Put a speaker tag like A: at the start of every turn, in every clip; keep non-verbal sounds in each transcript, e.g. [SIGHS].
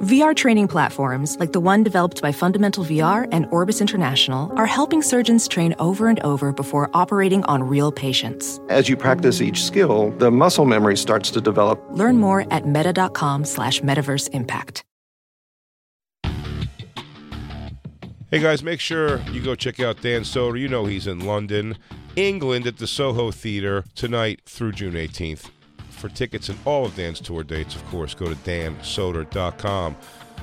A: VR training platforms like the one developed by Fundamental VR and Orbis International are helping surgeons train over and over before operating on real patients.
B: As you practice each skill, the muscle memory starts to develop.
A: Learn more at meta.com slash metaverse impact.
C: Hey guys, make sure you go check out Dan Soder. You know he's in London, England at the Soho Theatre tonight through June 18th. For tickets and all of Dan's tour dates, of course, go to dansoder.com.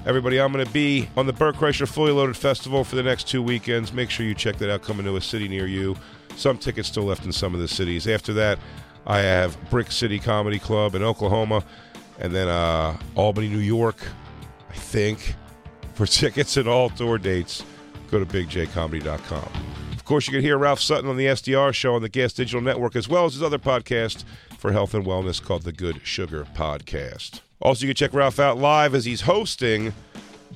C: Everybody, I'm going to be on the Burt Kreischer Fully Loaded Festival for the next two weekends. Make sure you check that out coming to a city near you. Some tickets still left in some of the cities. After that, I have Brick City Comedy Club in Oklahoma and then uh, Albany, New York, I think. For tickets and all tour dates, go to bigjcomedy.com. Of course, you can hear Ralph Sutton on the SDR show on the Gas Digital Network, as well as his other podcast for health and wellness called the Good Sugar Podcast. Also, you can check Ralph out live as he's hosting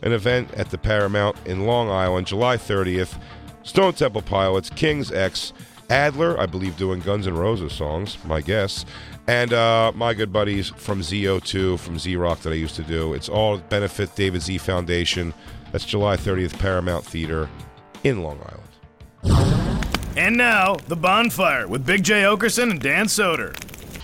C: an event at the Paramount in Long Island, July 30th. Stone Temple Pilots, King's X, Adler, I believe, doing Guns N' Roses songs, my guess, and uh, my good buddies from ZO2, from Z Rock that I used to do. It's all benefit David Z Foundation. That's July 30th, Paramount Theater in Long Island.
D: And now, The Bonfire with Big J. Okerson and Dan Soder.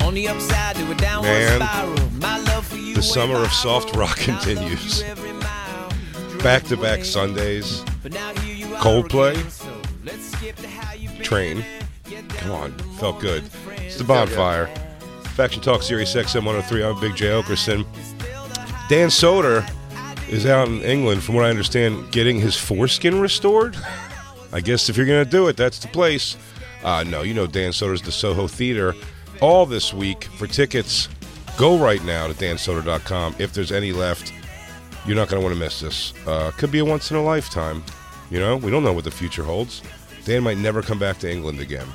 E: On the upside to a downward
C: Man,
E: spiral. My love for you
C: the
E: ain't
C: summer of
E: my
C: soft
E: rule.
C: rock
E: I love you
C: continues.
E: every mile. You
C: Back
E: drove
C: to back
E: away.
C: Sundays.
E: But now here you are
C: Coldplay.
E: again, so let's skip to how you've been.
C: Train.
E: Get down
C: Come on,
E: to the
C: felt good.
E: morning,
C: It's
E: friends.
C: the bonfire. Faction Talk Series XM 103. I'm Big J. Okerson. Dan Soder is out in England, from what I understand, getting his foreskin restored. [LAUGHS] I guess if you're going to do it, that's the place. Uh, no, you know Dan Soder's the Soho Theater. All this week for tickets, go right now to dansoder.com if there's any left. You're not going to want to miss this. Uh, could be a once in a lifetime. You know, we don't know what the future holds. Dan might never come back to England again.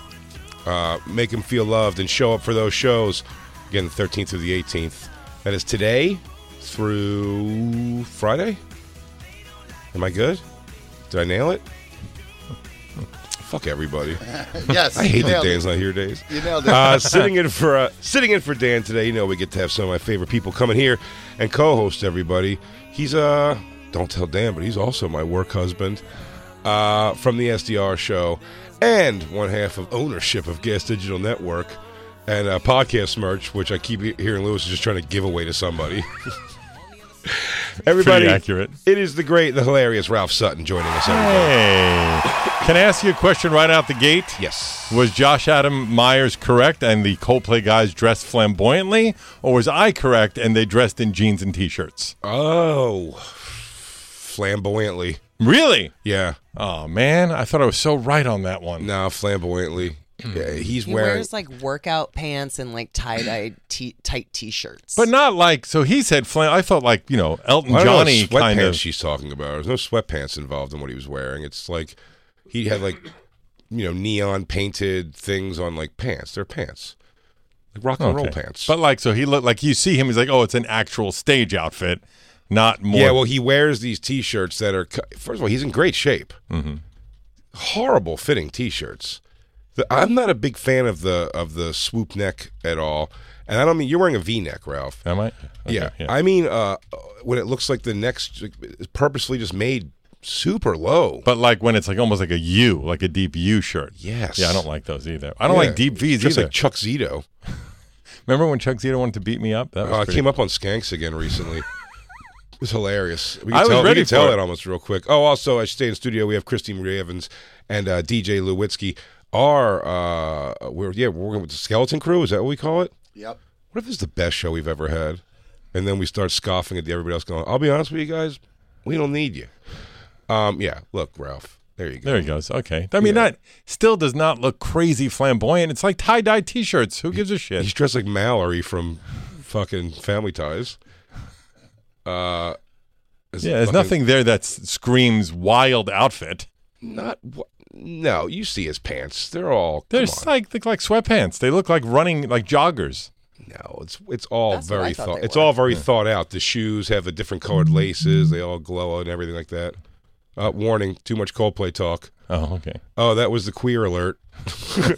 C: Uh, make him feel loved and show up for those shows. Again, the 13th through the 18th. That is today through Friday. Am I good? Did I nail it? Fuck everybody.
F: [LAUGHS]
C: [LAUGHS]
F: Yes.
C: I hate that
F: nailed it.
C: Dan's not here days.
F: You nailed it. [LAUGHS]
C: Uh, sitting in for uh, sitting in for Dan today. You know we get to have some of my favorite people come in here and co-host everybody. He's uh don't tell Dan, but he's also my work husband uh, from the SDR show and one half of ownership of Gas Digital Network and uh, podcast merch, which I keep he- hearing Lewis is just trying to give away to somebody. [LAUGHS] everybody,
G: Pretty accurate.
C: It is the great, the hilarious Ralph Sutton joining us. Everybody.
G: Hey, can I ask you a question right out the gate?
C: Yes.
G: Was Josh Adam Myers correct and the Coldplay guys dressed flamboyantly, or was I correct and they dressed in jeans and t-shirts?
C: Oh, flamboyantly.
G: Really?
C: Yeah.
G: Oh man, I thought I was so right on that one.
C: No, flamboyantly.
G: Hmm.
C: Yeah, he's
H: He
C: wearing.
H: wears like workout pants and like tie dye t- tight t shirts.
G: But not like so. He said flam. I felt like you know Elton
C: I don't know what
G: Johnny
C: sweatpants
G: kind of.
C: she's talking about. There's no sweatpants involved in what he was wearing. It's like he had like you know neon painted things on like pants. They're pants, like rock and roll
G: Okay.
C: pants.
G: But like so, he looked like you see him. He's like, oh, it's an actual stage outfit, not more.
C: yeah, well, he wears these t-shirts that are. cu- First of all, he's in great shape.
G: Mm-hmm.
C: Horrible fitting t-shirts. The, I'm not a big fan of the of the swoop neck at all, and I don't mean you're wearing a V-neck, Ralph.
G: am I? Okay,
C: yeah. I mean, uh, when it looks like the next like, is purposely just made super low.
G: But like when it's like almost like a U, like a deep U shirt.
C: Yes.
G: Yeah, I don't like those either. I don't
C: Yeah,
G: like deep V's
C: just
G: either.
C: like Chuck Zito.
G: Remember when Chuck Zito wanted to beat me up? That was
C: Uh,
G: pretty-
C: came up on Skanks again recently. it was hilarious. We can
G: I was
C: tell, we
G: ready
C: can tell
G: for it.
C: that almost real quick. Oh, also, I should stay in studio. We have Christine Marie Evans and uh, DJ Lewitsky. Our uh, we're yeah, we're working with the Skeleton Crew. Is that what we call it?
F: Yep.
C: What if this is the best show we've ever had? And then we start scoffing at the everybody else going, I'll be honest with you guys, we don't need you. Um, yeah, look, Ralph, there you go.
G: There he goes. Okay. I mean, that still does not look crazy flamboyant. It's like tie dye t shirts. Who gives a
C: He's
G: shit?
C: dressed like Mallory from fucking Family Ties. Uh, as
G: Yeah, there's
C: fucking-
G: nothing there that s- screams wild outfit.
C: Not wh- no. You see his pants. They're all.
G: They're
C: Come
G: s-
C: on.
G: like look like sweatpants. They look like running like joggers.
C: No, it's it's all
H: That's what I
C: very
H: thought
C: thought.
H: they
C: It's
H: were.
C: all very thought out. The shoes have the different colored laces. They all glow and everything like that. Uh, warning: too much Coldplay talk.
G: Oh, okay.
C: Oh, that was the queer alert.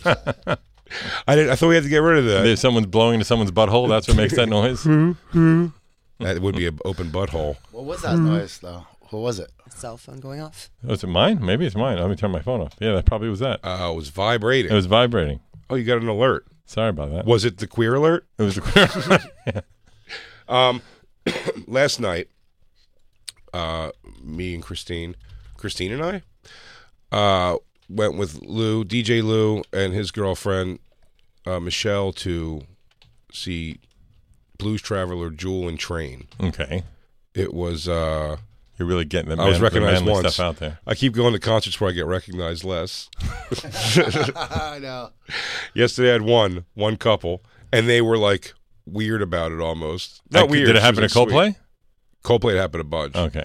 C: [LAUGHS] I didn't, I thought we had to get rid of that.
G: There's someone's blowing into someone's butthole. That's what makes
C: [LAUGHS]
G: that noise. Oh,
C: That would be an open butthole.
F: What was that noise though? What was it?
H: Cell phone going off.
G: Was it mine? Maybe it's mine. Let me turn my phone off. Yeah, that probably was that.
C: Uh, it was
G: It
C: vibrating.
G: was vibrating.
C: oh, you got an alert.
G: Sorry about that.
C: Was it the queer alert?
G: It was [LAUGHS] the
C: Um, last night, uh, me and Christine, Christine and I, uh, went with Lou, DJ Lou, and his girlfriend uh, Michelle to see Blues Traveler, Jewel, and Train.
G: okay.
C: It was. Uh,
G: You're really getting the
C: I was
G: man- the
C: recognized
G: manly
C: once.
G: stuff out there.
C: I keep going to concerts where I get recognized less.
F: [LAUGHS]
C: [LAUGHS]
F: I know.
C: Yesterday, I had one, one couple, and they were like weird about it almost. Not
G: Like,
C: weird.
G: Did it
C: she
G: happen at
C: was like,
G: Coldplay? Oh,
C: sweet. Coldplay it happened a bunch.
G: Okay.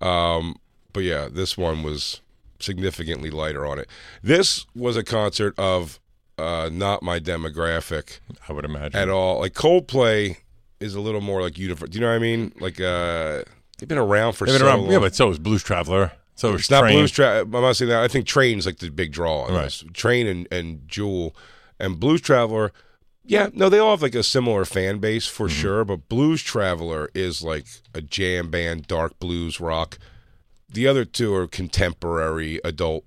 C: Um, but yeah, this one was significantly lighter on it. This was a concert of uh, not my demographic
G: I would imagine.
C: at all. Like Coldplay is a little more like universal. Do you know what I mean? Like uh, they've been around for
G: They've been
C: so
G: around-
C: long.
G: Yeah, but so was Blues Traveler. So was
C: it's not
G: Train.
C: Blues Travel. I'm not saying that. I think Train's like the big draw on
G: Right.
C: this. Train and and Jewel and Blues Traveler. Yeah, no, they all have like a similar fan base for
G: Mm-hmm.
C: sure, but Blues Traveler is like a jam band, dark blues rock. The other two are contemporary adult.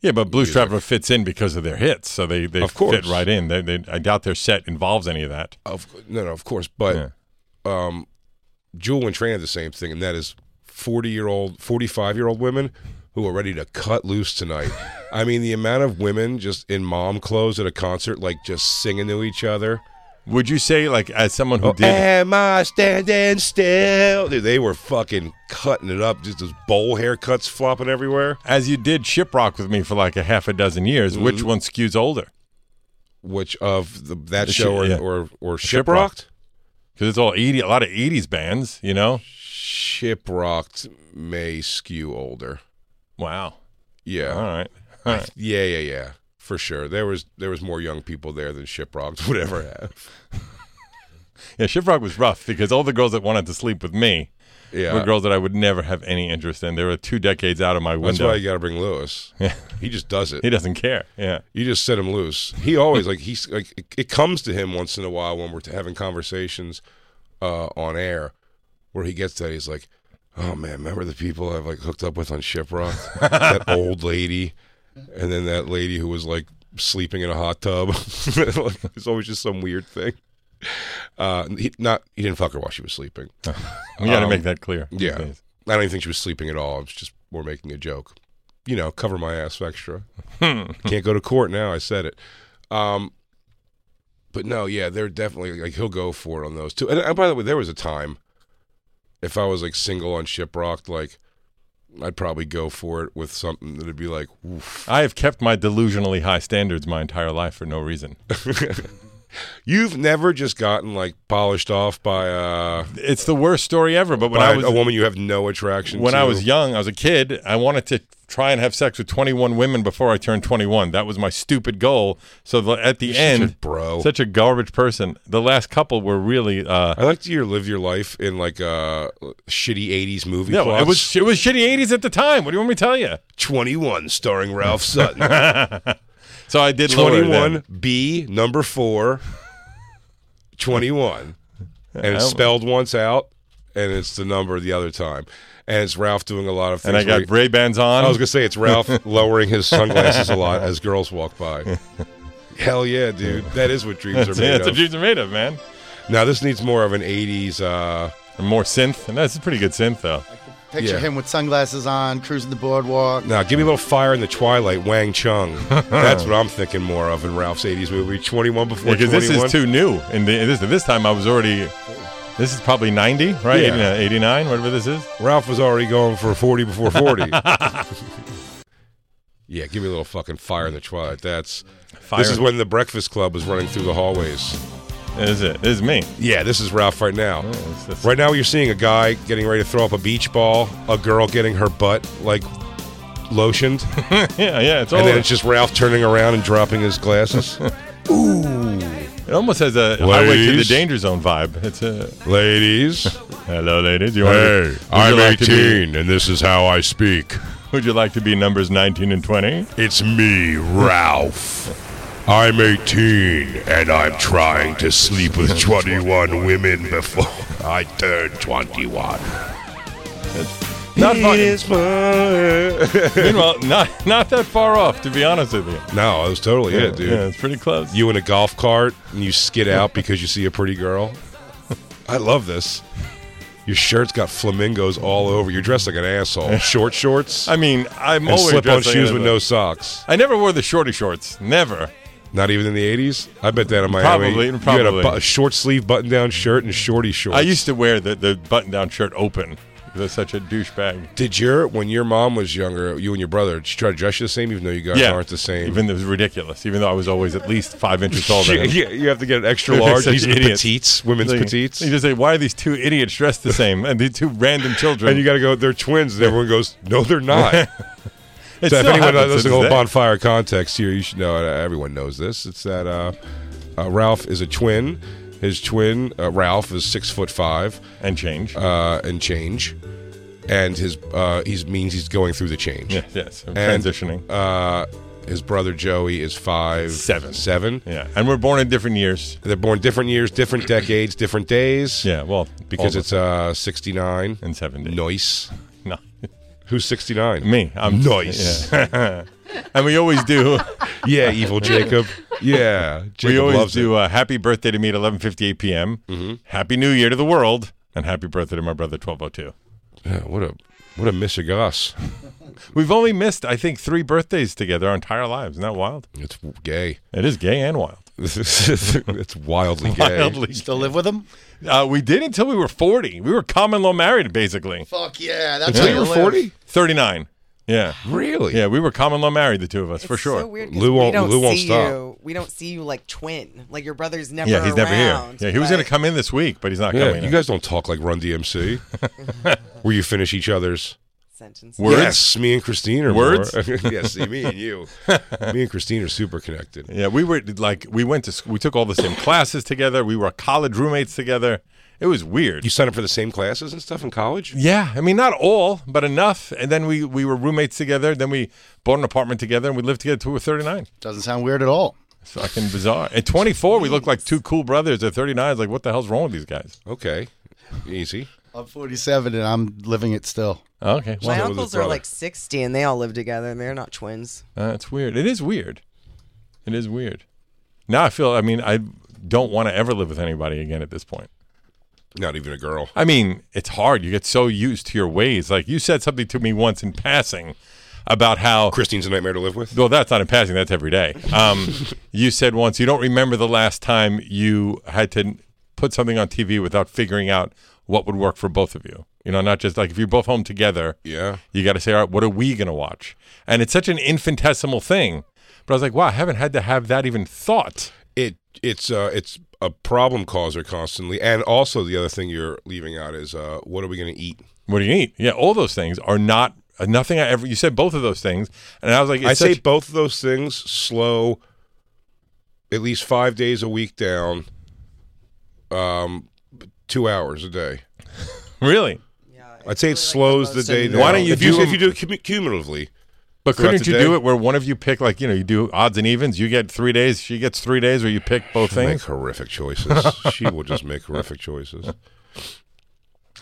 G: Yeah, but Blues
C: Music.
G: Traveler fits in because of their hits, so they they
C: Of course.
G: fit right in. They, they, I doubt their set involves any of that.
C: Of no, no, of course, but um, Jewel and Train are the same thing, and that is forty year old, forty five year old women who are ready to cut loose
G: [LAUGHS]
C: tonight. I mean, the amount of women just in mom clothes at a concert, like just singing to each other.
G: Would you say, like, as someone who
C: Oh,
G: did,
C: Am I standing still? Dude, they were fucking cutting it up. Just those bowl haircuts flopping everywhere.
G: as you did ship rock with me for like a half a dozen years, which
C: Mm-hmm.
G: one skews older?
C: Which of the, that
G: The
C: show
G: shi-
C: or,
G: yeah.
C: or or
G: Shiprocked.
C: shiprocked?
G: Because it's all eighty, a lot of '80s bands, you know.
C: Shiprocked may skew older.
G: Wow.
C: Yeah,
G: All right. All right.
C: yeah, yeah, yeah, for sure. There was there was more young people there than shiprocked [LAUGHS] would ever have.
G: Yeah, ship rock was rough because all the girls that wanted to sleep with me
C: Yeah,
G: were girls that I would never have any interest in. They were two decades out of my
C: that's
G: window.
C: why you got to bring Lewis.
G: [LAUGHS] Yeah.
C: He just does it.
G: he doesn't care. Yeah.
C: You just set him loose. He always like he's like it, it comes to him once in a while when we're t- having conversations uh, on air where he gets that he's like, "Oh man, remember the people I've like hooked up with on Shiprock? that old lady, and then that lady who was like sleeping in a hot tub. [LAUGHS] like, it's always just some weird thing." Uh, he not he didn't fuck her while she was sleeping.
G: We got to
C: Um,
G: make that clear. these
C: Yeah,
G: days.
C: I don't even think she was sleeping at all. It's just we're making a joke. You know, cover my ass extra.
G: Hmm.
C: Can't go to court now. I said it. Um, but no, yeah, they're definitely like he'll go for it on those two. And, and by the way, there was a time if I was like single on Shiprocked, like I'd probably go for it with something that'd be like, Oof,
G: I have kept my delusionally high standards my entire life for
C: [LAUGHS]
G: no reason.
C: you've never just gotten like polished off by uh
G: It's the worst story ever. But when
C: by
G: I was
C: a woman you have no attraction.
G: when
C: to.
G: I was young, I was a kid. I wanted to try and have sex with 21 women before I turned 21. That was my stupid goal. So the, at the
C: You're such a
G: end,
C: bro.
G: such a garbage person. The last couple were really. Uh,
C: I like to hear live your life in like a shitty '80s movie.
G: no, it
C: plots.
G: was it was shitty 80s at the time. What do you want me to tell you?
C: 21 starring [LAUGHS] Ralph Sutton.
G: So I did lower them.
C: 21 B number 4 [LAUGHS] 21. And it's
G: Oh.
C: spelled once out and it's the number the other time. And it's Ralph doing a lot of things.
G: and I
C: where
G: got
C: he-
G: Ray Bans on.
C: I was going to say it's Ralph [LAUGHS] lowering his sunglasses a lot as girls walk [LAUGHS] by. Hell yeah, dude. That is what
G: [LAUGHS]
C: dreams are
G: that's, yeah,
C: made
G: that's what
C: of.
G: dreams are made of, man.
C: Now this needs more of an 80s uh
G: And more synth, and that's a pretty good synth though.
F: Picture
C: Yeah.
F: him with sunglasses on, cruising the boardwalk.
C: now give me a little fire in the twilight, Wang Chung.
G: [LAUGHS]
C: That's what I'm thinking more of in Ralph's 80s movie, 21 before
G: Because
C: 21.
G: this is too new, and the, this this time I was already. This is probably 90, right?
C: Yeah.
G: 89, 89, whatever this is.
C: Ralph was already going for 40 before 40.
G: [LAUGHS]
C: yeah, give me a little fucking fire in the twilight. That's
G: Fire.
C: this is when the Breakfast Club was running through the hallways.
G: Is it? Is me?
C: Yeah, this is Ralph right now.
G: It's this-
C: Right now, you're seeing a guy getting ready to throw up a beach ball, a girl getting her butt like lotioned,
G: Yeah, yeah. It's all.
C: and then it's just Ralph turning around and dropping his
G: [LAUGHS]
C: glasses.
G: it almost has a highway to the
C: Ladies.
G: danger zone vibe. It's a
C: Ladies,
G: hello, ladies. You wanna be- would you like to be-
C: and this is how I speak.
G: would you like to be numbers nineteen and twenty?
C: It's me, Ralph. I'm 18 and I'm trying to sleep [LAUGHS] with 21 women before [LAUGHS] I turn 21.
G: Not fun.
C: no,
G: [LAUGHS] Meanwhile, not not that far off, to be honest with you.
C: that was totally it, dude.
G: Yeah, it's pretty close.
C: You in a golf cart and you skid out because you see a pretty girl. I love this. Your shirt's got flamingos all over. You're dressed like an
G: [LAUGHS]
C: asshole. Short shorts
G: I mean, I'm
C: and
G: always
C: slip-on
G: dressing
C: shoes
G: in
C: with
G: a-
C: no socks.
G: I never wore the shorty shorts. Never.
C: Not even in the 80s? I bet that in Miami.
G: Probably,
C: you had a
G: probably.
C: bu- a short sleeve button down shirt and shorty shorts.
G: I used to wear the, the button down shirt open. I was such a douchebag.
C: Did your when your mom was younger, you and your brother, did she try to dress you the same, even though you guys aren't the same?
G: Even though it was ridiculous. Even though I was always at least
C: [LAUGHS]
G: five inches taller.
C: yeah,
G: than him.
C: yeah, you have to get an extra
G: [LAUGHS] They're
C: large.
G: such
C: These are the
G: idiots.
C: petites, women's
G: They-
C: petites,
G: They just say, "Why are these two idiots dressed the same?" And these two random children.
C: and you got to go. They're twins. And everyone
G: [LAUGHS]
C: goes, no, they're not.
G: It
C: so if
G: still
C: anyone
G: happens to
C: doesn't
G: this
C: go
G: day.
C: bonfire context here, you should know. uh, Everyone knows this. It's that uh, uh, Ralph is a twin. His twin uh, Ralph is six foot five
G: and change.
C: uh, and change, and his uh, he's means he's going through the change.
G: yes, yes. I'm
C: and-
G: transitioning.
C: Uh, his brother Joey is five
G: Seven.
C: seven.
G: yeah, and we're born in different years.
C: They're born different years, different decades, different days.
G: Yeah, well,
C: Because
G: all
C: it's uh 69.
G: and seventy.
C: Nice.
G: no,
C: Who's 69?
G: [LAUGHS] me. I'm
C: Nice.
G: [LAUGHS] Yeah. and we
C: [LAUGHS]
G: always do.
C: Yeah,
G: [LAUGHS]
C: evil Jacob. Yeah. Jacob
G: we always
C: loves
G: do.
C: it. Mm-hmm.
G: Uh, happy birthday to me at 11:58 p.m. Happy New Year to the world, and happy birthday to my brother 12:02.
C: Yeah, what a what a mishigas.
G: We've only missed, I think, three birthdays together our entire lives. Isn't that wild?
C: It's gay. [LAUGHS]
G: It is gay and wild.
C: it's wildly gay.
G: Wildly.
F: You still live with him?
G: Uh, we did until we were 40. We were common law married, basically.
F: Fuck yeah! That's
C: So
F: how
C: you
F: you
C: were
F: live.
C: 40?
G: 39. Yeah.
C: Really?
G: Yeah, we were common law married, the two of us, for
H: It's
G: sure.
H: So weird 'cause
C: Lou
H: we
C: won't-
H: don't
C: Lou won't
H: see
C: stop.
H: You. We don't see you like twin. Like your brother's never.
G: yeah, he's never
H: around,
G: here. Yeah, he was going
H: but-
G: to come in this week, but he's not
C: Yeah,
G: coming.
C: you
G: in.
C: guys don't talk like Run
G: [LAUGHS]
C: DMC, where you finish each other's
H: Sentence.
G: Words?
C: Yes, me and Christine are more. [LAUGHS]
G: Words?
C: yes, see, me and you. me and Christine are super connected.
G: yeah, we were like, we went to school, we took all the same classes together. We were college roommates together. It was weird.
C: You signed up for the same classes and stuff in college?
G: Yeah, I mean not all, but enough. And then we we were roommates together. Then we bought an apartment together, and we lived together till we were thirty nine.
F: Doesn't sound weird at all.
G: It's fucking bizarre. At twenty four, we looked like two cool brothers. At thirty nine, it's like what the hell's wrong with these guys?
C: Okay. Easy.
F: I'm 47 and I'm living it still.
G: Okay, well
H: My
C: with his
H: uncles are
C: brother.
H: like sixty, and they all live together, and they're not twins.
G: uh, it's weird. It is weird. It is weird. Now I feel. I mean, I don't want to ever live with anybody again at this point.
C: Not even a girl.
G: I mean, it's hard. You get so used to your ways. Like you said something to me once in passing about how
C: Christine's a nightmare to live with.
G: Well, that's not in passing. That's every day.
C: [LAUGHS]
G: Um, you said once you don't remember the last time you had to n- put something on TV without figuring out what would work for both of you. You know, not just like if you're both home together,
C: Yeah.
G: you got to say, all right, what are we going to watch? And it's such an infinitesimal thing. But I was like, wow, I haven't had to have that even thought.
C: It it's uh it's a problem causer constantly. And also the other thing you're leaving out is uh what are we gonna eat?
G: What do you eat? Yeah, all those things are not uh, nothing I ever. You said both of those things, and I was like, it's
C: I say
G: such-
C: both of those things slow at least five days a week down um two hours a day.
G: really.
C: I'd say it slows the day down.
G: Why don't you
C: if you
G: do
C: if
G: them-
C: you do it cum- cumulatively?
G: But
C: Throughout
G: couldn't
C: the
G: you
C: day?
G: do it where one of you pick, like, you know, you do odds and evens, you get three days, she gets three days, or you pick both
C: make
G: things?
C: horrific choices.
G: [LAUGHS]
C: she will just make horrific choices.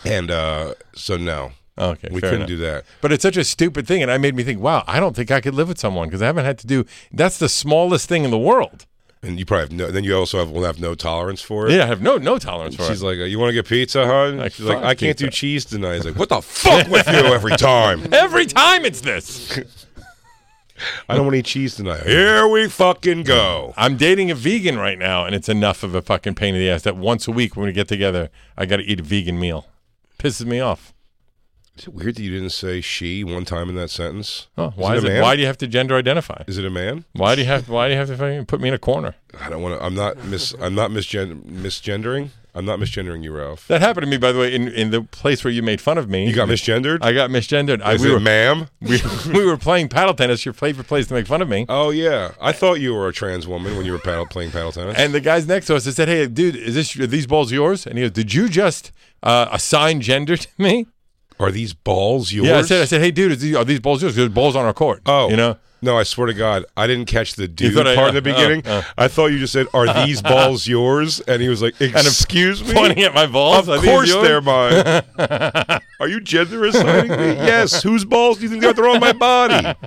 C: And uh, so no,
G: Okay,
C: we
G: fair
C: couldn't
G: enough.
C: do that.
G: But it's such a stupid thing, and I made me think, wow, I don't think I could live with someone because I haven't had to do. That's the smallest thing in the world.
C: And you probably have no. Then you also have will have no tolerance for it.
G: Yeah, I have no no tolerance for
C: She's
G: it.
C: like, uh, you want to get pizza, hon?
G: Like,
C: She's like,
G: fuck
C: I can't do
G: pizza.
C: cheese tonight. He's like, what the fuck with you
G: [LAUGHS]
C: every time?
G: Every time it's this.
C: I don't want to eat cheese tonight. Here we fucking go.
G: I'm dating a vegan right now, and it's enough of a fucking pain in the ass that once a week when we get together, I got to eat a vegan meal. Pisses me off.
C: Is it weird that you didn't say she one time in that sentence?
G: Oh, why
C: it
G: is
C: a
G: it?
C: man?
G: Why do you have to gender identify?
C: Is it a man?
G: Why do you have? Why do you have to fucking put me in a corner?
C: I don't want to. I'm not mis. I'm not misgen- misgendering. I'm not misgendering you, Ralph.
G: That happened to me, by the way, in, in the place where you made fun of me.
C: You got misgendered.
G: I got misgendered. I,
C: Is
G: we
C: it
G: were
C: ma'am?
G: we, [LAUGHS] we were playing paddle tennis, your favorite place to make fun of me.
C: Oh yeah, I thought you were a trans woman when you were paddle, playing paddle tennis.
G: And the guys next to us, they said, "Hey, dude, is this are these balls yours?" And he goes, "Did you just uh, assign gender to me?"
C: Are these balls yours?
G: Yeah, I said, "I said, hey, dude, is these, are these balls yours? There's balls on our court."
C: Oh,
G: you know,
C: No, I swear to God, I didn't catch the dude part
G: thought I-
C: in the
G: uh, uh,
C: beginning.
G: uh.
C: I thought you just said, "Are
G: [LAUGHS]
C: these balls yours?" And he was like,
G: I'm
C: "Excuse me."
G: pointing at my balls.
C: Of
G: Are these
C: course
G: yours?"
C: they're mine. Are you gender assigning me? Yes. Whose balls do you think are they're on my body?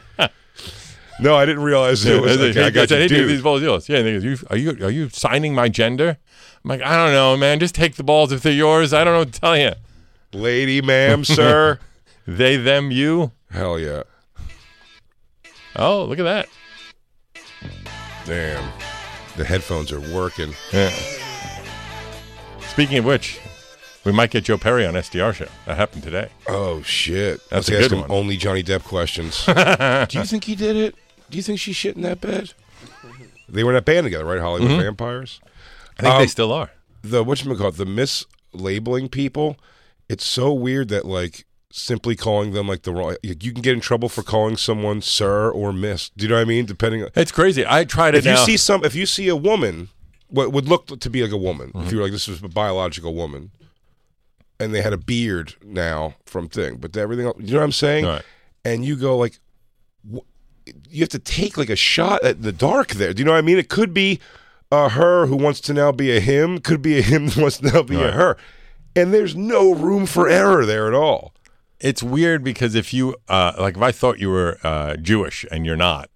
C: No, I didn't realize it was.
G: They-
C: Okay, I
G: they
C: got
G: said,
C: you,
G: "Hey, dude,
C: dude.
G: these balls yours." Yeah, and they go, you, are you are you signing my gender? I'm like, I don't know, man. Just take the balls if they're yours. I don't know what to tell you.
C: Lady, ma'am, sir.
G: They, them, you.
C: Hell yeah.
G: Oh, look at that.
C: Damn. The headphones are working.
G: Yeah. Speaking of which, we might get Joe Perry on SDR show. That happened [LAUGHS] today.
C: Oh shit. Let's
G: That's a
C: ask
G: good
C: him
G: one.
C: only Johnny Depp questions. do you think he did it? Do you think she shit in that bed? They were in that band together, right? Hollywood Vampires.
G: I think
C: Um,
G: they still are.
C: The whatchamacallit, the mislabeling people, it's so weird that like simply calling them like the wrong you you can get in trouble for calling someone sir or miss. Do you know what I mean? Depending on
G: It's crazy. I tried it
C: if you
G: now.
C: see some if you see a woman what would look to be like a woman
G: Mm-hmm.
C: if you were like this is a biological woman and they had a beard now from thing but everything else, you know what i'm saying
G: Right.
C: and you go like wh- you have to take like a shot at the dark there do you know what i mean it could be a her who wants to now be a him could be a him [LAUGHS] who wants to now be a
G: Right.
C: her and there's no room for error there at all
G: it's weird because if you uh, like, if I thought you were uh, Jewish and you're not,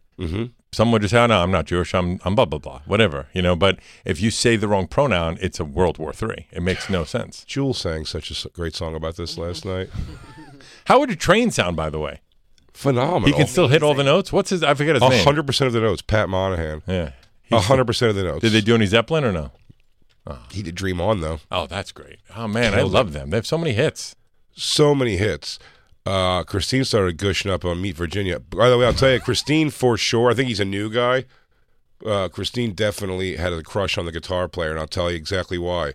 G: someone would just say, oh, "No, I'm not Jewish. I'm I'm blah blah blah, whatever." You know. But if you say the wrong pronoun, it's a World War Three. It makes no sense.
C: Jewel sang such a s- great song about this
G: Mm-hmm.
C: last night
G: How would a train sound? By the way,
C: phenomenal
G: he can still hit all the notes. What's his? I forget his name.
C: 100% of the notes pat monahan
G: Yeah.
C: A
G: He's-
C: 100% of the notes.
G: Did they do any Zeppelin or no?
C: He did Dream On, though.
G: Oh, that's great. Oh man, I love them. They have so many hits.
C: So many hits. Uh, Christine started gushing up on Meet Virginia. By the way, I'll tell you, Christine for sure, I think he's a new guy. Uh, Christine definitely had a crush on the guitar player, and I'll tell you exactly why.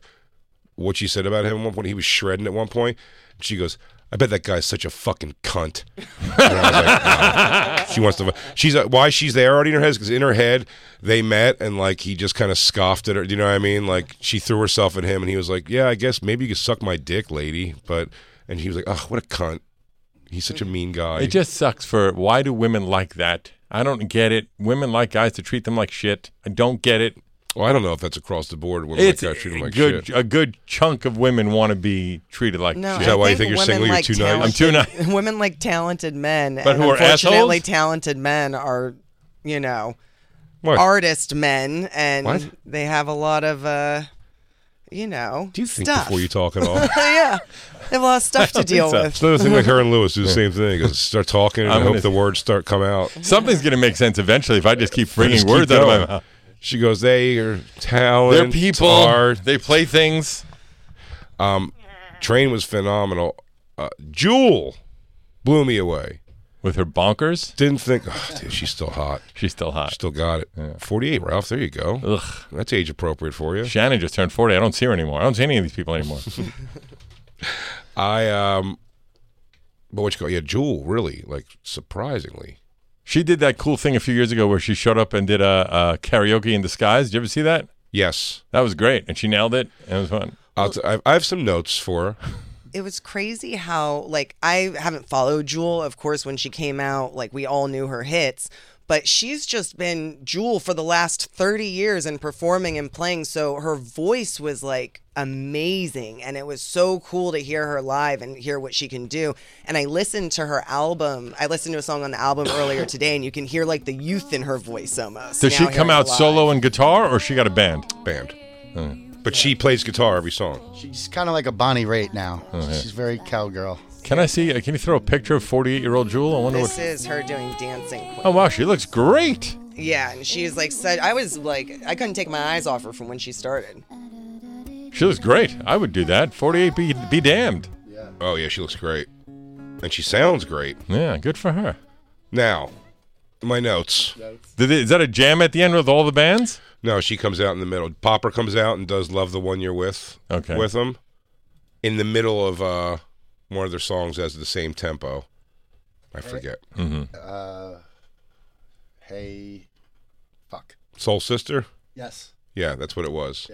C: What she said about him at one point, he was shredding at one point. And she goes, I bet that guy's such a fucking cunt. [LAUGHS] And I was like, "Wow." She wants to. She's uh, why she's there already in her head because in her head they met and like he just kind of scoffed at her. Do you know what I mean? Like she threw herself at him and he was like, "Yeah, I guess maybe you could suck my dick, lady." But and he was like, "Oh, what a cunt! He's such a mean guy."
G: It just sucks for why do women like that? I don't get it. Women like guys to treat them like shit. I don't get it.
C: well, I don't know if that's across the board. Women
G: It's
C: like that treat him
G: a
C: like
G: good
C: shit.
G: a good chunk of women want to be treated like
H: No,
G: shit.
C: Is that
H: I
C: why you think
H: think
C: you're single?
H: women
C: You're
H: like
C: too nice?
G: I'm too nice.
H: [LAUGHS] Women like talented men,
G: But
H: and
G: who are
H: unfortunately,
G: assholes?
H: talented men are, you know,
C: What?
H: artist men, and
C: What?
H: they have a lot of, uh, you know,
C: Do you think
H: stuff.
C: before you talk at
G: [LAUGHS]
C: all?
H: [LAUGHS] yeah, they have a
C: [LAUGHS]
H: lot of stuff to deal
G: so.
H: with.
C: It's another thing like her and Lewis do the same thing. 'cause Start talking and
G: I'm
C: I hope
G: gonna-
C: the words start come out.
G: [LAUGHS] Something's gonna make sense eventually if I just keep bringing
C: Just keep
G: words out of my
C: going.
G: mouth.
C: She goes, they are talent.
G: They're people.
C: art."
G: They play things.
C: Train was phenomenal. Uh, Jewel blew me away.
G: With her bonkers,
C: Didn't think, oh, dude, she's still hot.
G: she's still hot.
C: Still got it. 48, Ralph. There you go.
G: Ugh.
C: That's age appropriate for you.
G: Shannon just turned 40. I don't see her anymore. I don't see any of these people
C: [LAUGHS]
G: anymore.
C: I, um, but what you call, yeah, Jewel, really, like, surprisingly.
G: she did that cool thing a few years ago where she showed up and did a, a karaoke in disguise. Did you ever see that?
C: Yes.
G: That was great, and she nailed it. And it was fun.
C: I'll t- I I have some notes for her.
H: It was crazy how like I haven't followed Jewel, of course, when she came out. Like we all knew her hits, but she's just been Jewel for the last thirty years and performing and playing. So her voice was like amazing, and it was so cool to hear her live and hear what she can do. And I listened to her album. I listened to a song on the album earlier today, and you can hear like the youth in her voice almost.
G: Does
H: now
G: she come
H: hearing
G: out
H: it live.
G: solo and guitar, or she got a band?
C: Band. But she plays guitar every song.
F: She's kind of like a Bonnie Raitt now. She's very cowgirl.
G: Can I see? uh, Can you throw a picture of 48 year old Jewel? I wonder
H: This
G: what.
H: is her doing dancing. Queen.
G: Oh wow, she looks great.
H: Yeah, and she was like, said, I was like, I couldn't take my eyes off her from when she started.
G: She looks great. I would do that. 48 be, be damned.
C: Oh, yeah, she looks great. and she sounds great.
G: Yeah, good for her.
C: Now, my notes.
G: Did it, is that a jam at the end with all the bands?
C: No, she comes out in the middle. Popper comes out and does "Love the One You're With."
G: Okay.
C: with them in the middle of uh, one of their songs as the same tempo. I forget.
F: Hey, fuck.
C: Soul Sister.
F: Yes.
C: Yeah, that's what it was.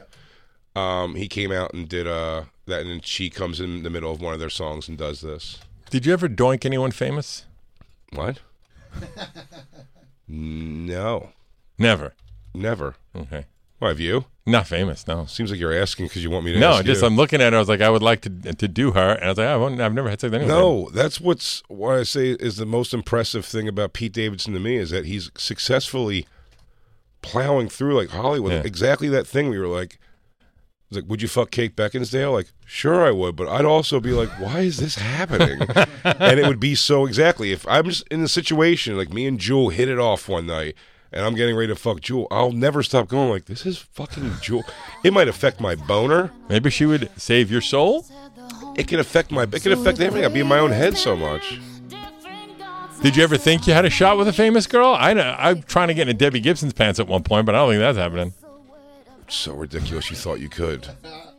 C: Um, he came out and did uh, that, and then she comes in the middle of one of their songs and does this.
G: Did you ever doink anyone famous? [LAUGHS]
C: What? no,
G: Never.
C: never.
G: Okay.
C: Why have you?
G: Not famous, no.
C: Seems like you're asking because you want me to.
G: No,
C: ask
G: just
C: you.
G: I'm looking at her. I was like, I would like to to do her, and I was like, I won't, I've never had sex with anyone.
C: No, that's what's what I say is the most impressive thing about Pete Davidson to me is that he's successfully plowing through like Hollywood.
G: Yeah.
C: Exactly that thing we were like, it's like, would you fuck Kate Beckinsdale? Like, sure I would, but I'd also be like, why is this happening? and it would be so exactly if I'm just in the situation like me and Jewel hit it off one night. And I'm getting ready to fuck Jewel. I'll never stop going like this is fucking Jewel. It might affect my boner.
G: Maybe she would save your soul.
C: It can affect my. It can affect everything. I'd be in my own head so much.
G: Did you ever think you had a shot with a famous girl? I know. I'm trying to get into Debbie Gibson's pants at one point, but I don't think that's happening.
C: so ridiculous you thought you could.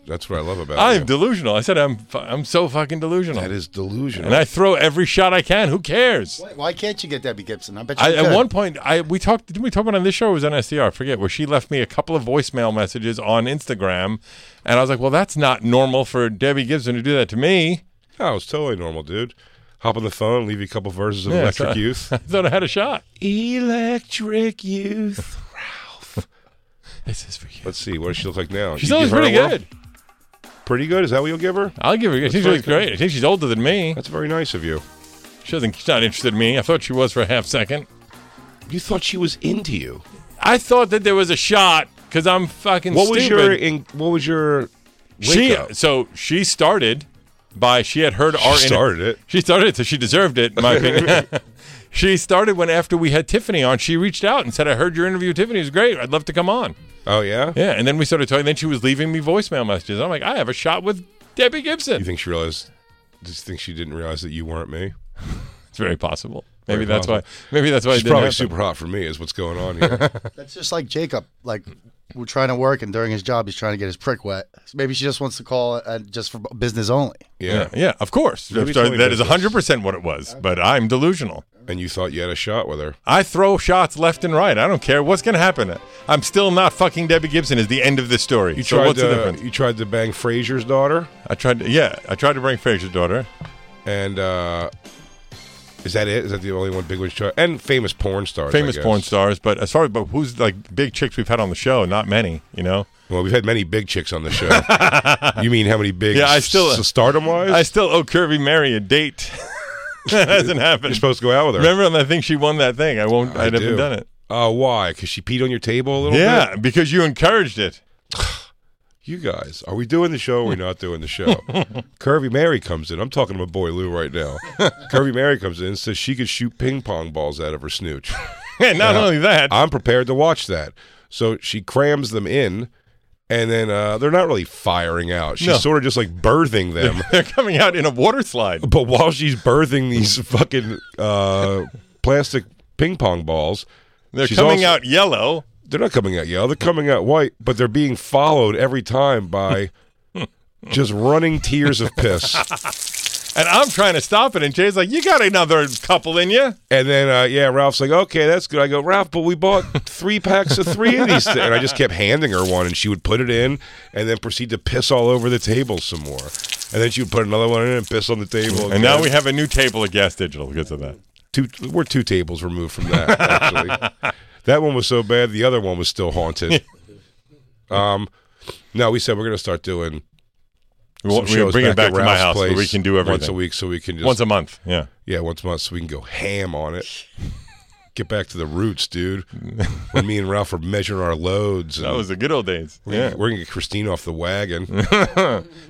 C: That's what I love about
G: I'm
C: you.
G: delusional. I said I'm. fu- I'm so fucking delusional.
C: that is delusional.
G: and I throw every shot I can. Who cares?
F: Why, why can't you get Debbie Gibson? I bet you
G: I,
F: could.
G: at one point, I we talked. Didn't we talk about it on this show? Or was it on SDR? I forget. Where she left me a couple of voicemail messages on Instagram, and I was like, "Well, that's not normal for Debbie Gibson to do that to me."
C: oh, it's totally normal, dude. Hop on the phone, leave you a couple verses of
G: Yeah,
C: Electric
G: so-
C: Youth.
G: [LAUGHS] I thought I had a shot.
C: Electric Youth. Ralph.
G: [LAUGHS] This is for you.
C: Let's see. What does she look like now?
G: She's
C: You
G: always
C: give her
G: pretty
C: a whirl?
G: good.
C: Pretty good. Is that what you'll give her?
G: I'll give her. a- She's
C: very
G: really great. I think she's older than me.
C: That's very nice of you.
G: She doesn't. She's not interested in me. I thought she was for a half second.
C: You thought she was into you.
G: I thought that there was a shot because I'm fucking.
C: What was
G: stupid.
C: your? In, what was your?
G: She
C: wake-up?
G: so she started by she had heard our inter-
C: started it.
G: She started it, so she deserved it, in my
C: [LAUGHS]
G: opinion. she started when after we had Tiffany on, she reached out and said, "I heard your interview. with Tiffany It was great. I'd love to come on."
C: Oh yeah?
G: Yeah, and then we started talking. Then she was leaving me voicemail messages. I'm like, "I have a shot with Debbie
C: You
G: Gibson."
C: think she realized? Just think she didn't realize that you weren't me.
G: It's very possible.
C: Very
G: Maybe that's
C: possible.
G: why. Maybe that's why. it
C: She's
G: didn't
C: probably
G: happen.
C: super hot for me. Is what's going on
G: [LAUGHS]
C: here?
F: That's just like Jacob. Like we're trying to work, and during his job, he's trying to get his prick wet. So maybe she just wants to call uh, just for business only.
G: Yeah,
C: Yeah.
G: yeah, of course.
C: Maybe it's
G: Sorry,
C: only
G: that is
C: business.
G: 100% what it was, but I'm delusional.
C: And you thought you had a shot with her.
G: I throw shots left and right. I don't care what's going to happen. I'm still not fucking Debbie Gibson. Is the end of this story.
C: You
G: so
C: tried
G: what's
C: to,
G: the difference?
C: You tried to bang Fraser's daughter,
G: I tried. To, yeah, I tried to bring Fraser's daughter.
C: and uh, is that it? Is that the only one big one? you tried? And famous porn stars. I
G: Famous
C: guess.
G: porn stars, but as far as but who's like big chicks we've had on the show? Not many, you know.
C: Well, we've had many big chicks on the
G: [LAUGHS]
C: show. you mean how many big?
G: Yeah, I still-
C: stardom wise.
G: I still owe Kirby Mary a date. [LAUGHS] that hasn't happened.
C: You're supposed to go out with her.
G: Remember, when I think she won that thing. I won't.
C: I
G: I, would
C: do.
G: haven't done it.
C: Uh, why? Because she peed on your table a little bit.
G: Yeah, because you encouraged it. [LAUGHS]
C: You guys, are we doing the show? or We're not doing the
G: [LAUGHS]
C: show. Curvy Mary comes in. I'm talking to my boy Lou right now. Curvy Mary comes in and says she could shoot ping pong balls out of her snooch.
G: And not only that,
C: I'm prepared to watch that. So she crams them in, and then uh, they're not really firing out. She's
G: No.
C: sort of just like birthing them.
G: [LAUGHS] they're coming out in a water slide.
C: but while she's birthing these fucking uh, plastic ping pong balls,
G: They're
C: she's
G: coming
C: also-
G: out yellow.
C: They're not coming out yellow. They're coming out white, but they're being followed every time
G: [LAUGHS]
C: by just running tears of piss.
G: And I'm trying to stop it, and Jay's like, "You got another couple in you."
C: And then, uh, yeah, Ralph's like, okay, that's good. I go, Ralph, but we bought three packs of three of these. Th-. And I just kept handing her one, and she would put it in and then proceed to piss all over the table some more. And then she would put another one in and piss on the table.
G: And now
C: again.
G: we have a new table at Gas Digital because of that.
C: two, we're two tables removed from that,
G: [LAUGHS]
C: actually. that one was so bad, the other one was still haunted. um, no, we said we're going to start doing
G: We
C: some
G: want- we
C: shows
G: bring it
C: back
G: back
C: at
G: to my
C: Ralph's
G: house where we
C: place
G: can do everything
C: once a week so we can just.
G: once a month. Yeah,
C: Yeah, once a month, so we can go ham on it.
G: [LAUGHS]
C: Get back to the roots, dude. When me and Ralph were measuring our loads, and
G: that was the good old days.
C: we're, gonna, we're gonna get Christine off the
G: [LAUGHS]
C: wagon.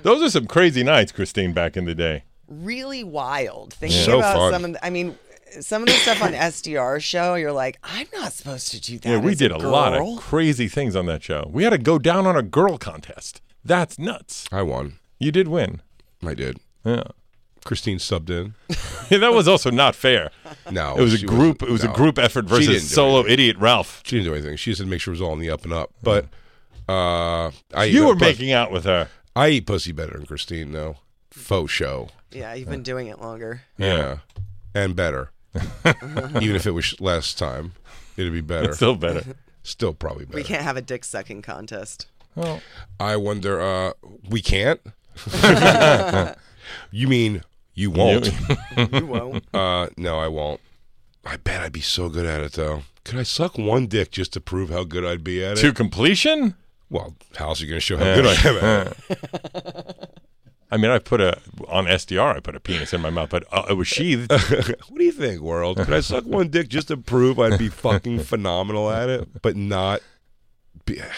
G: Those are some crazy nights, Christine, back in the day.
H: really wild thinking
C: So
H: about
C: fun.
H: some of the, I mean some of the stuff
G: [COUGHS]
H: on SDR show you're like I'm not supposed to do that
G: yeah, we
H: as
G: did a, lot
H: girl."
G: of crazy things on that show. We had to go down on a girl contest. That's nuts.
C: I won.
G: You did win.
C: I did.
G: Yeah. [LAUGHS]
C: Christine subbed in.
G: that was also not fair.
C: No,
G: It was
C: Oh, she
G: a group. It was
C: no.
G: a group effort
C: She
G: versus
C: didn't do
G: solo
C: anything.
G: idiot Ralph.
C: She didn't do anything. She just had to make sure it was all in the up and up. But uh, I
G: Mm. You
C: eat-
G: were
C: but
G: making out with her.
C: I eat pussy better than Christine though. Faux show.
H: Yeah, you've been doing it longer.
C: Yeah, and better.
G: [LAUGHS]
C: Even if it was less time, it'd be better.
G: It's still
C: [LAUGHS]
G: better.
C: Still probably better.
H: We can't have a dick
G: [LAUGHS]
H: sucking contest.
C: I wonder. Uh, we can't. [LAUGHS] you mean you won't?
H: You won't.
C: [LAUGHS] Uh, no, I won't. I bet I'd be so good at it though. Could I suck one dick just to prove how good I'd be at it?
G: to completion.
C: Well, how's he going to show how
G: Yeah.
C: good I am at it?
G: I mean, I put a on SDR. I put a penis in my mouth, but uh, it was
C: [LAUGHS]
G: sheathed.
C: what do you think, world? Could I suck one dick just to prove I'd be fucking phenomenal at it, but not be? [SIGHS]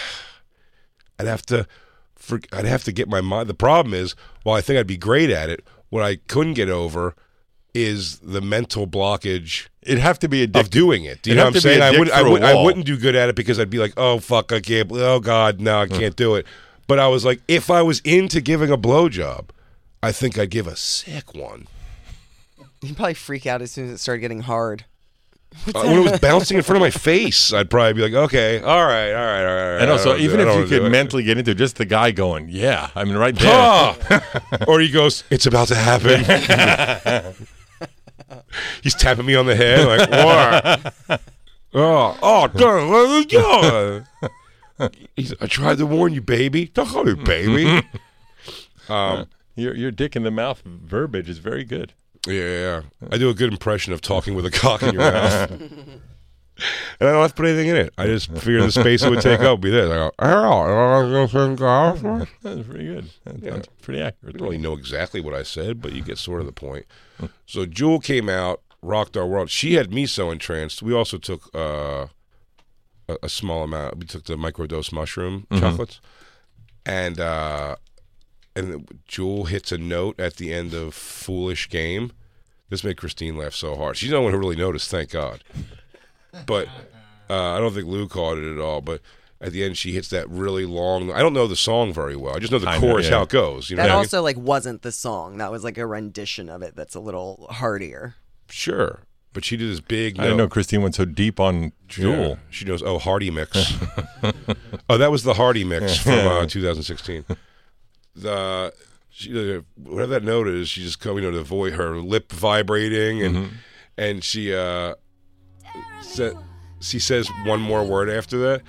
C: I'd have to, for, I'd have to get my mind. The problem is, while I think I'd be great at it, what I couldn't get over is the mental blockage
G: It'd have to be a dick.
C: of doing it. Do you
G: It'd
C: know
G: have
C: what I'm
G: to be
C: saying?
G: a
C: I
G: dick
C: would, I
G: through a
C: would, I
G: wall.
C: wouldn't do good at it because I'd be like, oh fuck, I can't. bel- Oh god, no, I can't do it. But I was like, if I was into giving a blowjob, I think I'd give a sick one.
H: You'd probably freak out as soon as it started getting hard.
C: Uh, when it was bouncing in front of my face, I'd probably be like, okay, all right, all right, all right. all right,
G: and
C: I
G: also,
C: don't
G: even
C: do- I
G: if
C: don't
G: you
C: do
G: could
C: it.
G: mentally get into it, just the guy going, "Yeah," I mean, right there.
C: Ah! or he goes, it's about to happen.
G: [LAUGHS]
C: He's tapping me on the head like, what?
G: [LAUGHS]
C: oh, oh, damn, what are you doing? He's, I tried to warn you, baby. Don't call me
G: [LAUGHS]
C: baby. um,
G: [LAUGHS] Your your dick in the mouth verbiage is very good.
C: yeah, yeah, yeah. I do a good impression of talking with a cock in your mouth. And I don't have to put anything in it. I just figure the space it would take up would be this. I go, "Oh, I think I-
G: That's pretty good. That sounds pretty accurate.
C: I don't really know exactly what I said, but you get sort of the
G: Mm-hmm.
C: point. So Jewel came out, rocked our world. She had me so entranced. We also took uh, a, a small amount. We took the microdose mushroom
G: Mm-hmm.
C: chocolates, and uh, and Jewel hits a note at the end of "Foolish Game." This made Christine laugh so hard. She's the only one who really noticed. Thank God.
G: [LAUGHS]
C: But uh, I don't think Lou caught it at all. But at the end, she hits that really long. I don't know the song very well. I just know the
G: I know,
C: chorus,
G: yeah.
C: how it goes. You know
H: That
C: what I mean?
H: also like wasn't the song. That was like a rendition of it that's a little heartier.
C: Sure. But she did this big.
G: I didn't
C: no-
G: know Christine went so deep on Jewel.
C: Yeah. She knows. Oh, Hardy mix. oh, that was the Hardy mix from uh, 2016. The she, uh, whatever that note is, she just coming you know, to avoid her lip vibrating and
G: Mm-hmm.
C: and she uh sa- she says one more word after that,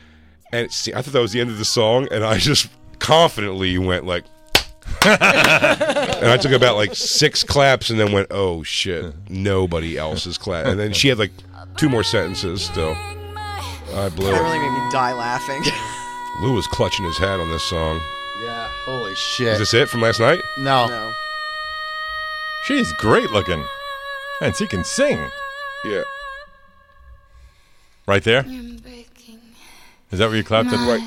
C: and see, I thought that was the end of the song, and I just confidently went like. [LAUGHS] and I took about like six claps and then went, oh shit, nobody else is clap. And then she had like two more sentences still. I blew
H: That
C: it.
H: really made me die laughing. [LAUGHS]
C: Lou was clutching his hat on this song.
F: Yeah. Holy
C: Is
F: shit.
C: this it from last night?
F: no.
H: no.
G: She's great looking, and she can sing.
C: Yeah.
G: Right there. Is that where you clapped it? Right.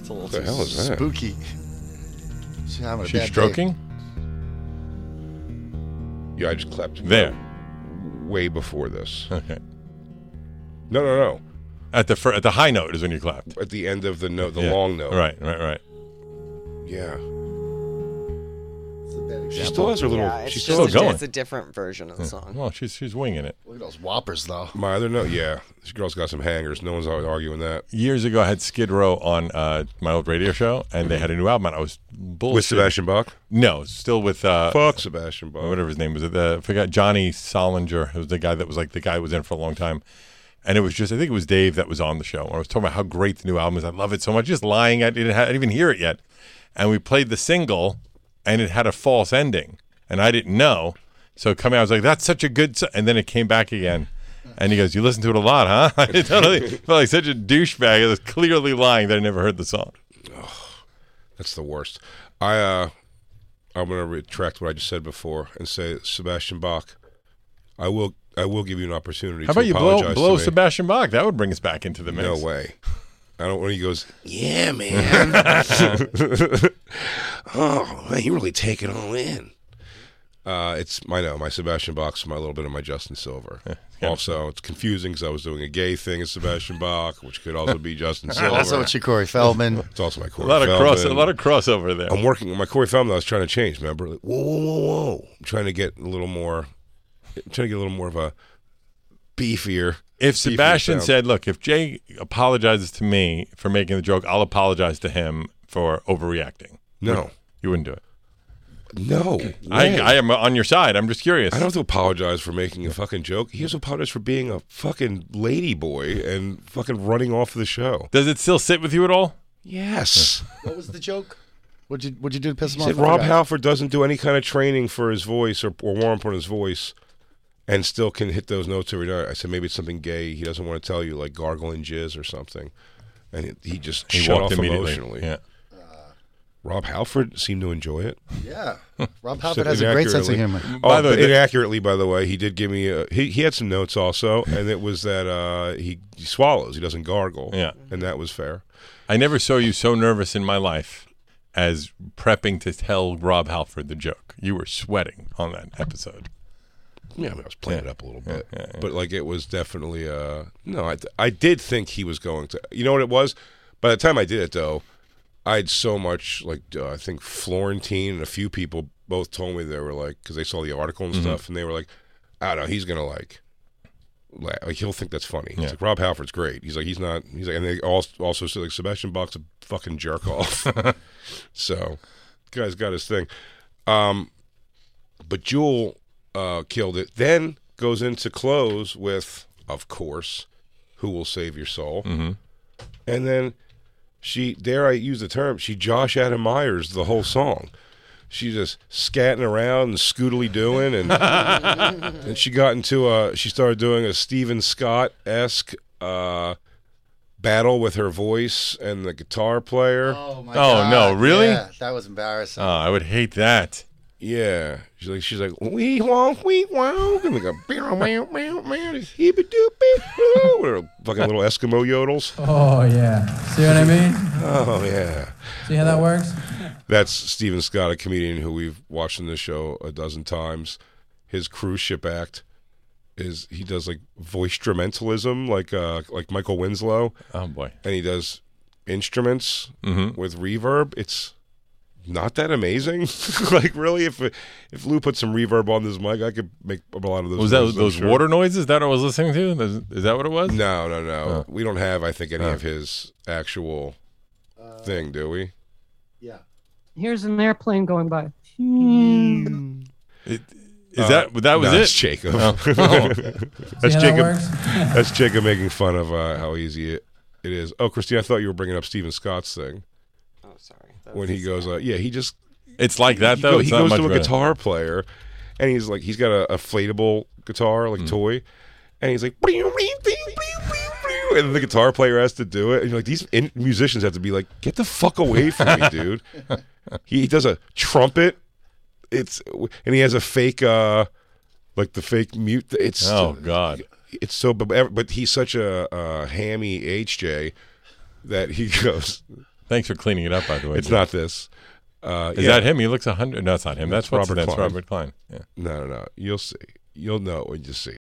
F: It's a little
C: the hell is that?
F: spooky. She's having a bad
G: She's
F: day.
G: stroking.
C: Yeah, I just clapped
G: There.
C: way before this.
G: Okay.
C: No, no, no.
G: At the fir- at the high note is when you clapped.
C: At the end of the note, the
G: Yeah.
C: long note.
G: Right, right, right.
C: Yeah.
F: It's a bad
C: She
F: example.
C: still has her little.
H: Yeah, it's
C: she's
H: just
C: still
G: still
H: a,
G: going.
H: It's a different version of the song.
G: Well, she's she's winging it.
F: Look at those whoppers,
G: [LAUGHS]
F: though.
C: my other note. Yeah, this girl's got some hangers. No one's arguing that.
G: Years ago, I had Skid Row on uh, my old radio show, and they had a new album. out. I was bullshit.
C: With Sebastian Bach.
G: No, still with uh,
C: Fuck Sebastian Bach.
G: or whatever his name was. The I forgot Johnny Solinger who was the guy that was like the guy who was in for a long time. And it was just, I think it was Dave that was on the show. I was talking about how great the new album is. I love it so much. Just lying, I didn't, ha- I didn't even hear it yet. And we played the single, and it had a false ending, and I didn't know. So coming, out, I was like, "That's such a good," so-. and then it came back again. And he goes, "You listen to it a lot, huh?" [LAUGHS]
C: [LAUGHS]
G: I totally felt like such a douchebag. I was clearly lying that I never heard the song.
C: That's the worst. I uh, I'm gonna retract what I just said before and say Sebastian Bach. I will. I will give you an opportunity.
G: How
C: to
G: about you blow
C: apologize
G: blow
C: to me.
G: Sebastian Bach? That would bring us back into the mix.
C: No way. I don't. When he goes, yeah,
G: [LAUGHS]
C: man. oh, man, you really take it all in. Uh, it's I know my Sebastian Bach, my little bit of my Justin Silver. Also, it's confusing because I was doing a gay thing as Sebastian Bach, which could also be
G: [LAUGHS]
C: Justin Silver.
F: Also, it's your Corey Feldman.
C: it's also my
G: A
C: Corey
G: lot of cross, a
C: Feldman.
G: lot of crossover there.
C: I'm working on my Corey Feldman. I was trying to change. Remember? Like, whoa, whoa, whoa, whoa! I'm trying to get a little more. I'm trying to get a little more of a beefier.
G: If
C: beefier
G: Sebastian
C: sound.
G: said, "Look, if Jay apologizes to me for making the joke, I'll apologize to him for overreacting,"
C: no,
G: you wouldn't do it.
C: no,
G: I,
C: way.
G: I am on your side. I'm just curious.
C: I don't have to apologize for making a fucking joke. He has to apologize for being a fucking lady boy and fucking running off the show.
G: Does it still sit with you at all?
C: Yes.
F: what was the joke? What'd you What'd you do to piss him
C: He
F: off?
C: said
F: I
C: Rob
F: forgot.
C: Halford doesn't do any kind of training for his voice or, or warm up on his voice and still can hit those notes every night. I said, maybe it's something gay. He doesn't want to tell you, like gargling jizz or something. And it, he just
G: He
C: shut
G: walked
C: off
G: immediately.
C: emotionally.
G: Yeah.
C: Rob Halford seemed to enjoy it.
F: Yeah,
G: [LAUGHS]
F: Rob Halford has a great sense of humor.
C: Inaccurately. Oh,
G: By the way,
C: but
G: the-
C: inaccurately, by the way, he did give me. A, he he had some notes also, and it was that uh, he, he swallows, he doesn't gargle.
G: Yeah.
C: and that was fair.
G: I never saw you so nervous in my life as prepping to tell Rob Halford the joke. You were sweating on that episode.
C: Yeah, I mean, I was playing it up a little bit, but like it was definitely. Uh, no, I I did think he was going to. You know what it was? By the time I did it though, I had so much like uh, I think Florentine and a few people both told me they were like because they saw the article and stuff, and they were like, I don't know, he's gonna like. la- Like he'll think that's funny. It's like Rob Halford's great. He's like he's not. He's like, and they also also said like Sebastian Bach's a fucking jerk off. [LAUGHS] so, guy's got his thing. Um, but Jewel uh, killed it. Then goes into close with, of course, who will save your soul, and then she dare I use the term she Josh Adam Myers the whole song. She just scatting around and scootily doing, and and she got into a she started doing a Stephen Scott esque uh, battle with her voice and the guitar player.
F: Oh my
G: Oh, no, really?
F: Yeah, that was embarrassing.
G: Oh, I would hate that.
C: Yeah, she's like she's like we wonk we wonk and like a meow meow meow meow heebie doopie whatever fucking little Eskimo yodels.
I: Oh yeah. See what I mean?
C: Oh yeah,
I: See how that works?
C: that's Stephen Scott, a comedian who we've watched in this show a dozen times. His cruise ship act is he does like voice instrumentalism, like uh like Michael Winslow,
G: Oh boy.
C: and he does instruments
G: Mm-hmm.
C: with reverb. It's not that amazing. [LAUGHS] like really, if if Lou put some reverb on this mic, I could make a lot of those.
G: Was that
C: noises, I'm
G: those
C: sure.
G: water noises that I was listening to? Is- Is that what it was?
C: No, no,
G: Oh.
C: no. We don't have, I think, any of his actual thing, do we?
F: yeah.
J: Here's an airplane going by.
G: It- Is that that was
C: no, That's
G: it?
C: Jacob.
G: [LAUGHS] Oh.
C: that's
I: See how that
C: Jacob.
I: works?
G: [LAUGHS]
C: that's Jacob making fun of uh, how easy it, it is. Oh, Christine, I thought you were bringing up Stephen Scott's thing
H: Oh, sorry.
C: when he goes, uh, yeah, he just
G: It's like that
C: he,
G: though.
C: go-
G: It's
C: he
G: not
C: goes
G: much
C: to a
G: better.
C: guitar player, and he's like, he's got a inflatable guitar,
G: Mm.
C: like toy, and he's like, and the guitar player has to do it, and you're like, these in- musicians have to be like, get the fuck away from
G: [LAUGHS]
C: me, dude. he, he does a trumpet, it's and he has a fake, uh like the fake mute. It's
G: Oh God.
C: it's so, but but he's such a uh, hammy HJ that he [LAUGHS] goes,
G: Thanks for cleaning it up, by the way.
C: it's
G: Jim.
C: not this. Uh,
G: Is
C: yeah.
G: that him? He looks hundred. No, it's not him. That's
C: That's
G: Robert.
C: Robert
G: That's
C: Klein.
G: Robert Klein. Yeah.
C: No, no, no. You'll see. You'll know it when you see. it.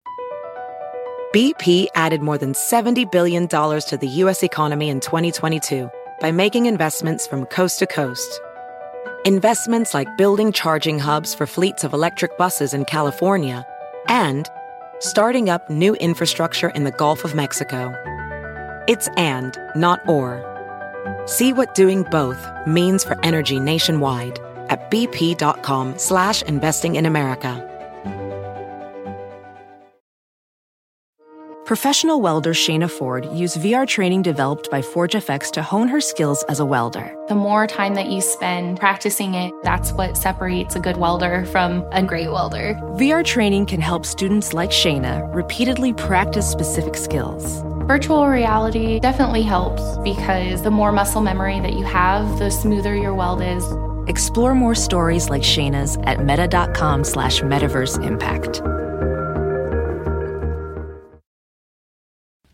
K: BP added more than $70 billion to the U.S. economy in 2022 by making investments from coast to coast. Investments like building charging hubs for fleets of electric buses in California and starting up new infrastructure in the Gulf of Mexico. It's and, not or. See what doing both means for energy nationwide at bp.com slash investing in America.
A: Professional welder Shayna Ford used VR training developed by ForgeFX to hone her skills as a welder.
J: The more time that you spend practicing it, that's what separates a good welder from a great welder.
A: VR training can help students like Shayna repeatedly practice specific skills.
J: Virtual reality definitely helps because the more muscle memory that you have, the smoother your weld is.
A: Explore more stories like Shayna's at meta.com slash metaverse impact.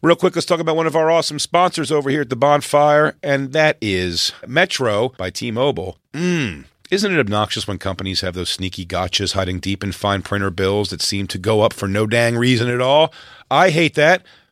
C: Real quick, let's talk about one of our awesome sponsors over here at the bonfire, and that is Metro by T Mobile. Mmm.
L: Isn't it obnoxious when companies have those sneaky gotchas hiding deep in fine printer bills that seem to go up for no dang reason at all? I hate that.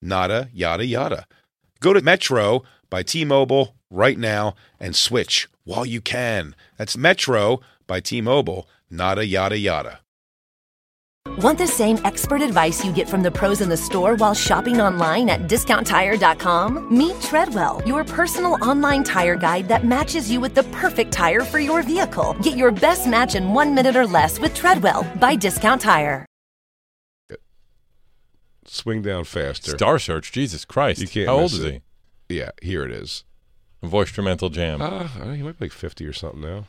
L: nada, yada, yada. Go to Metro by T Mobile right now and switch while you can. That's Metro by T Mobile, nada, yada, yada.
M: Want the same expert advice you get from the pros in the store while shopping online at discounttire.com? Meet Treadwell, your personal online tire guide that matches you with the perfect tire for your vehicle. Get your best match in one minute or less with Treadwell by Discount Tire.
C: Swing down faster.
G: Star Search, Jesus Christ.
C: You can't
G: How old
C: miss
G: is
C: it. he? Yeah, here it is.
G: A voice instrumental jam.
C: Uh, I think he might be like 50 or something now.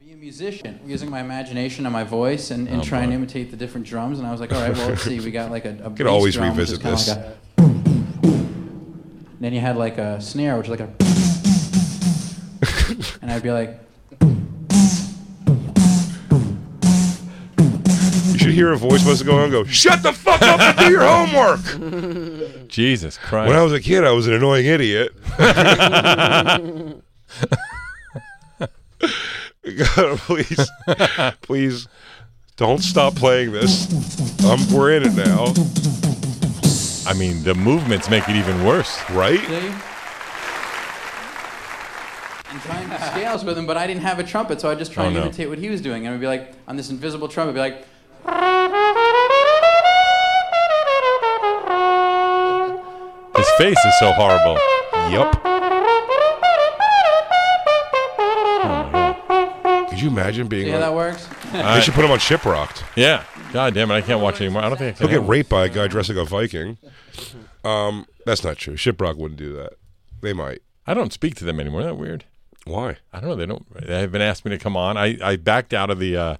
I: Be a musician, using my imagination and my voice, and, and
C: Oh,
I: trying to
C: boy.
I: imitate the different drums. And I was like, all right, well, let's see. We got like a, a
C: [LAUGHS] Could
I: bass
C: always
I: drum, which is
C: revisit
I: kinda
C: this.
I: Like a, [LAUGHS] and then you had like a snare, which is like a, [LAUGHS] and I'd be like,
C: You should hear a voice supposed to go on and go, Shut the fuck up and do your homework!
G: Jesus Christ.
C: When I was a kid, I was an annoying idiot. [LAUGHS] God, [LAUGHS] please, please don't stop playing this. Um, we're in it now.
G: I mean, the movements make it even worse.
C: Right?
I: see? And trying to scales with him, but I didn't have a trumpet, so I just try
G: Oh,
I: and
G: no.
I: imitate what he was doing. And I'd be like, on this invisible trumpet, be like,
G: His face is so horrible.
C: Yup. Could you imagine being
I: see how
C: like-
I: that works?
C: They should put him on Shiprocked.
G: Yeah. God damn it, I can't watch anymore. I don't think I
C: He'll
G: can.
C: get raped by a guy dressed like a Viking. Um, that's not true. Shiprock wouldn't do that. They might.
G: I don't speak to them anymore. Isn't that weird?
C: Why?
G: I don't know. They don't. They haven't asked me to come on. I, I backed out of the uh,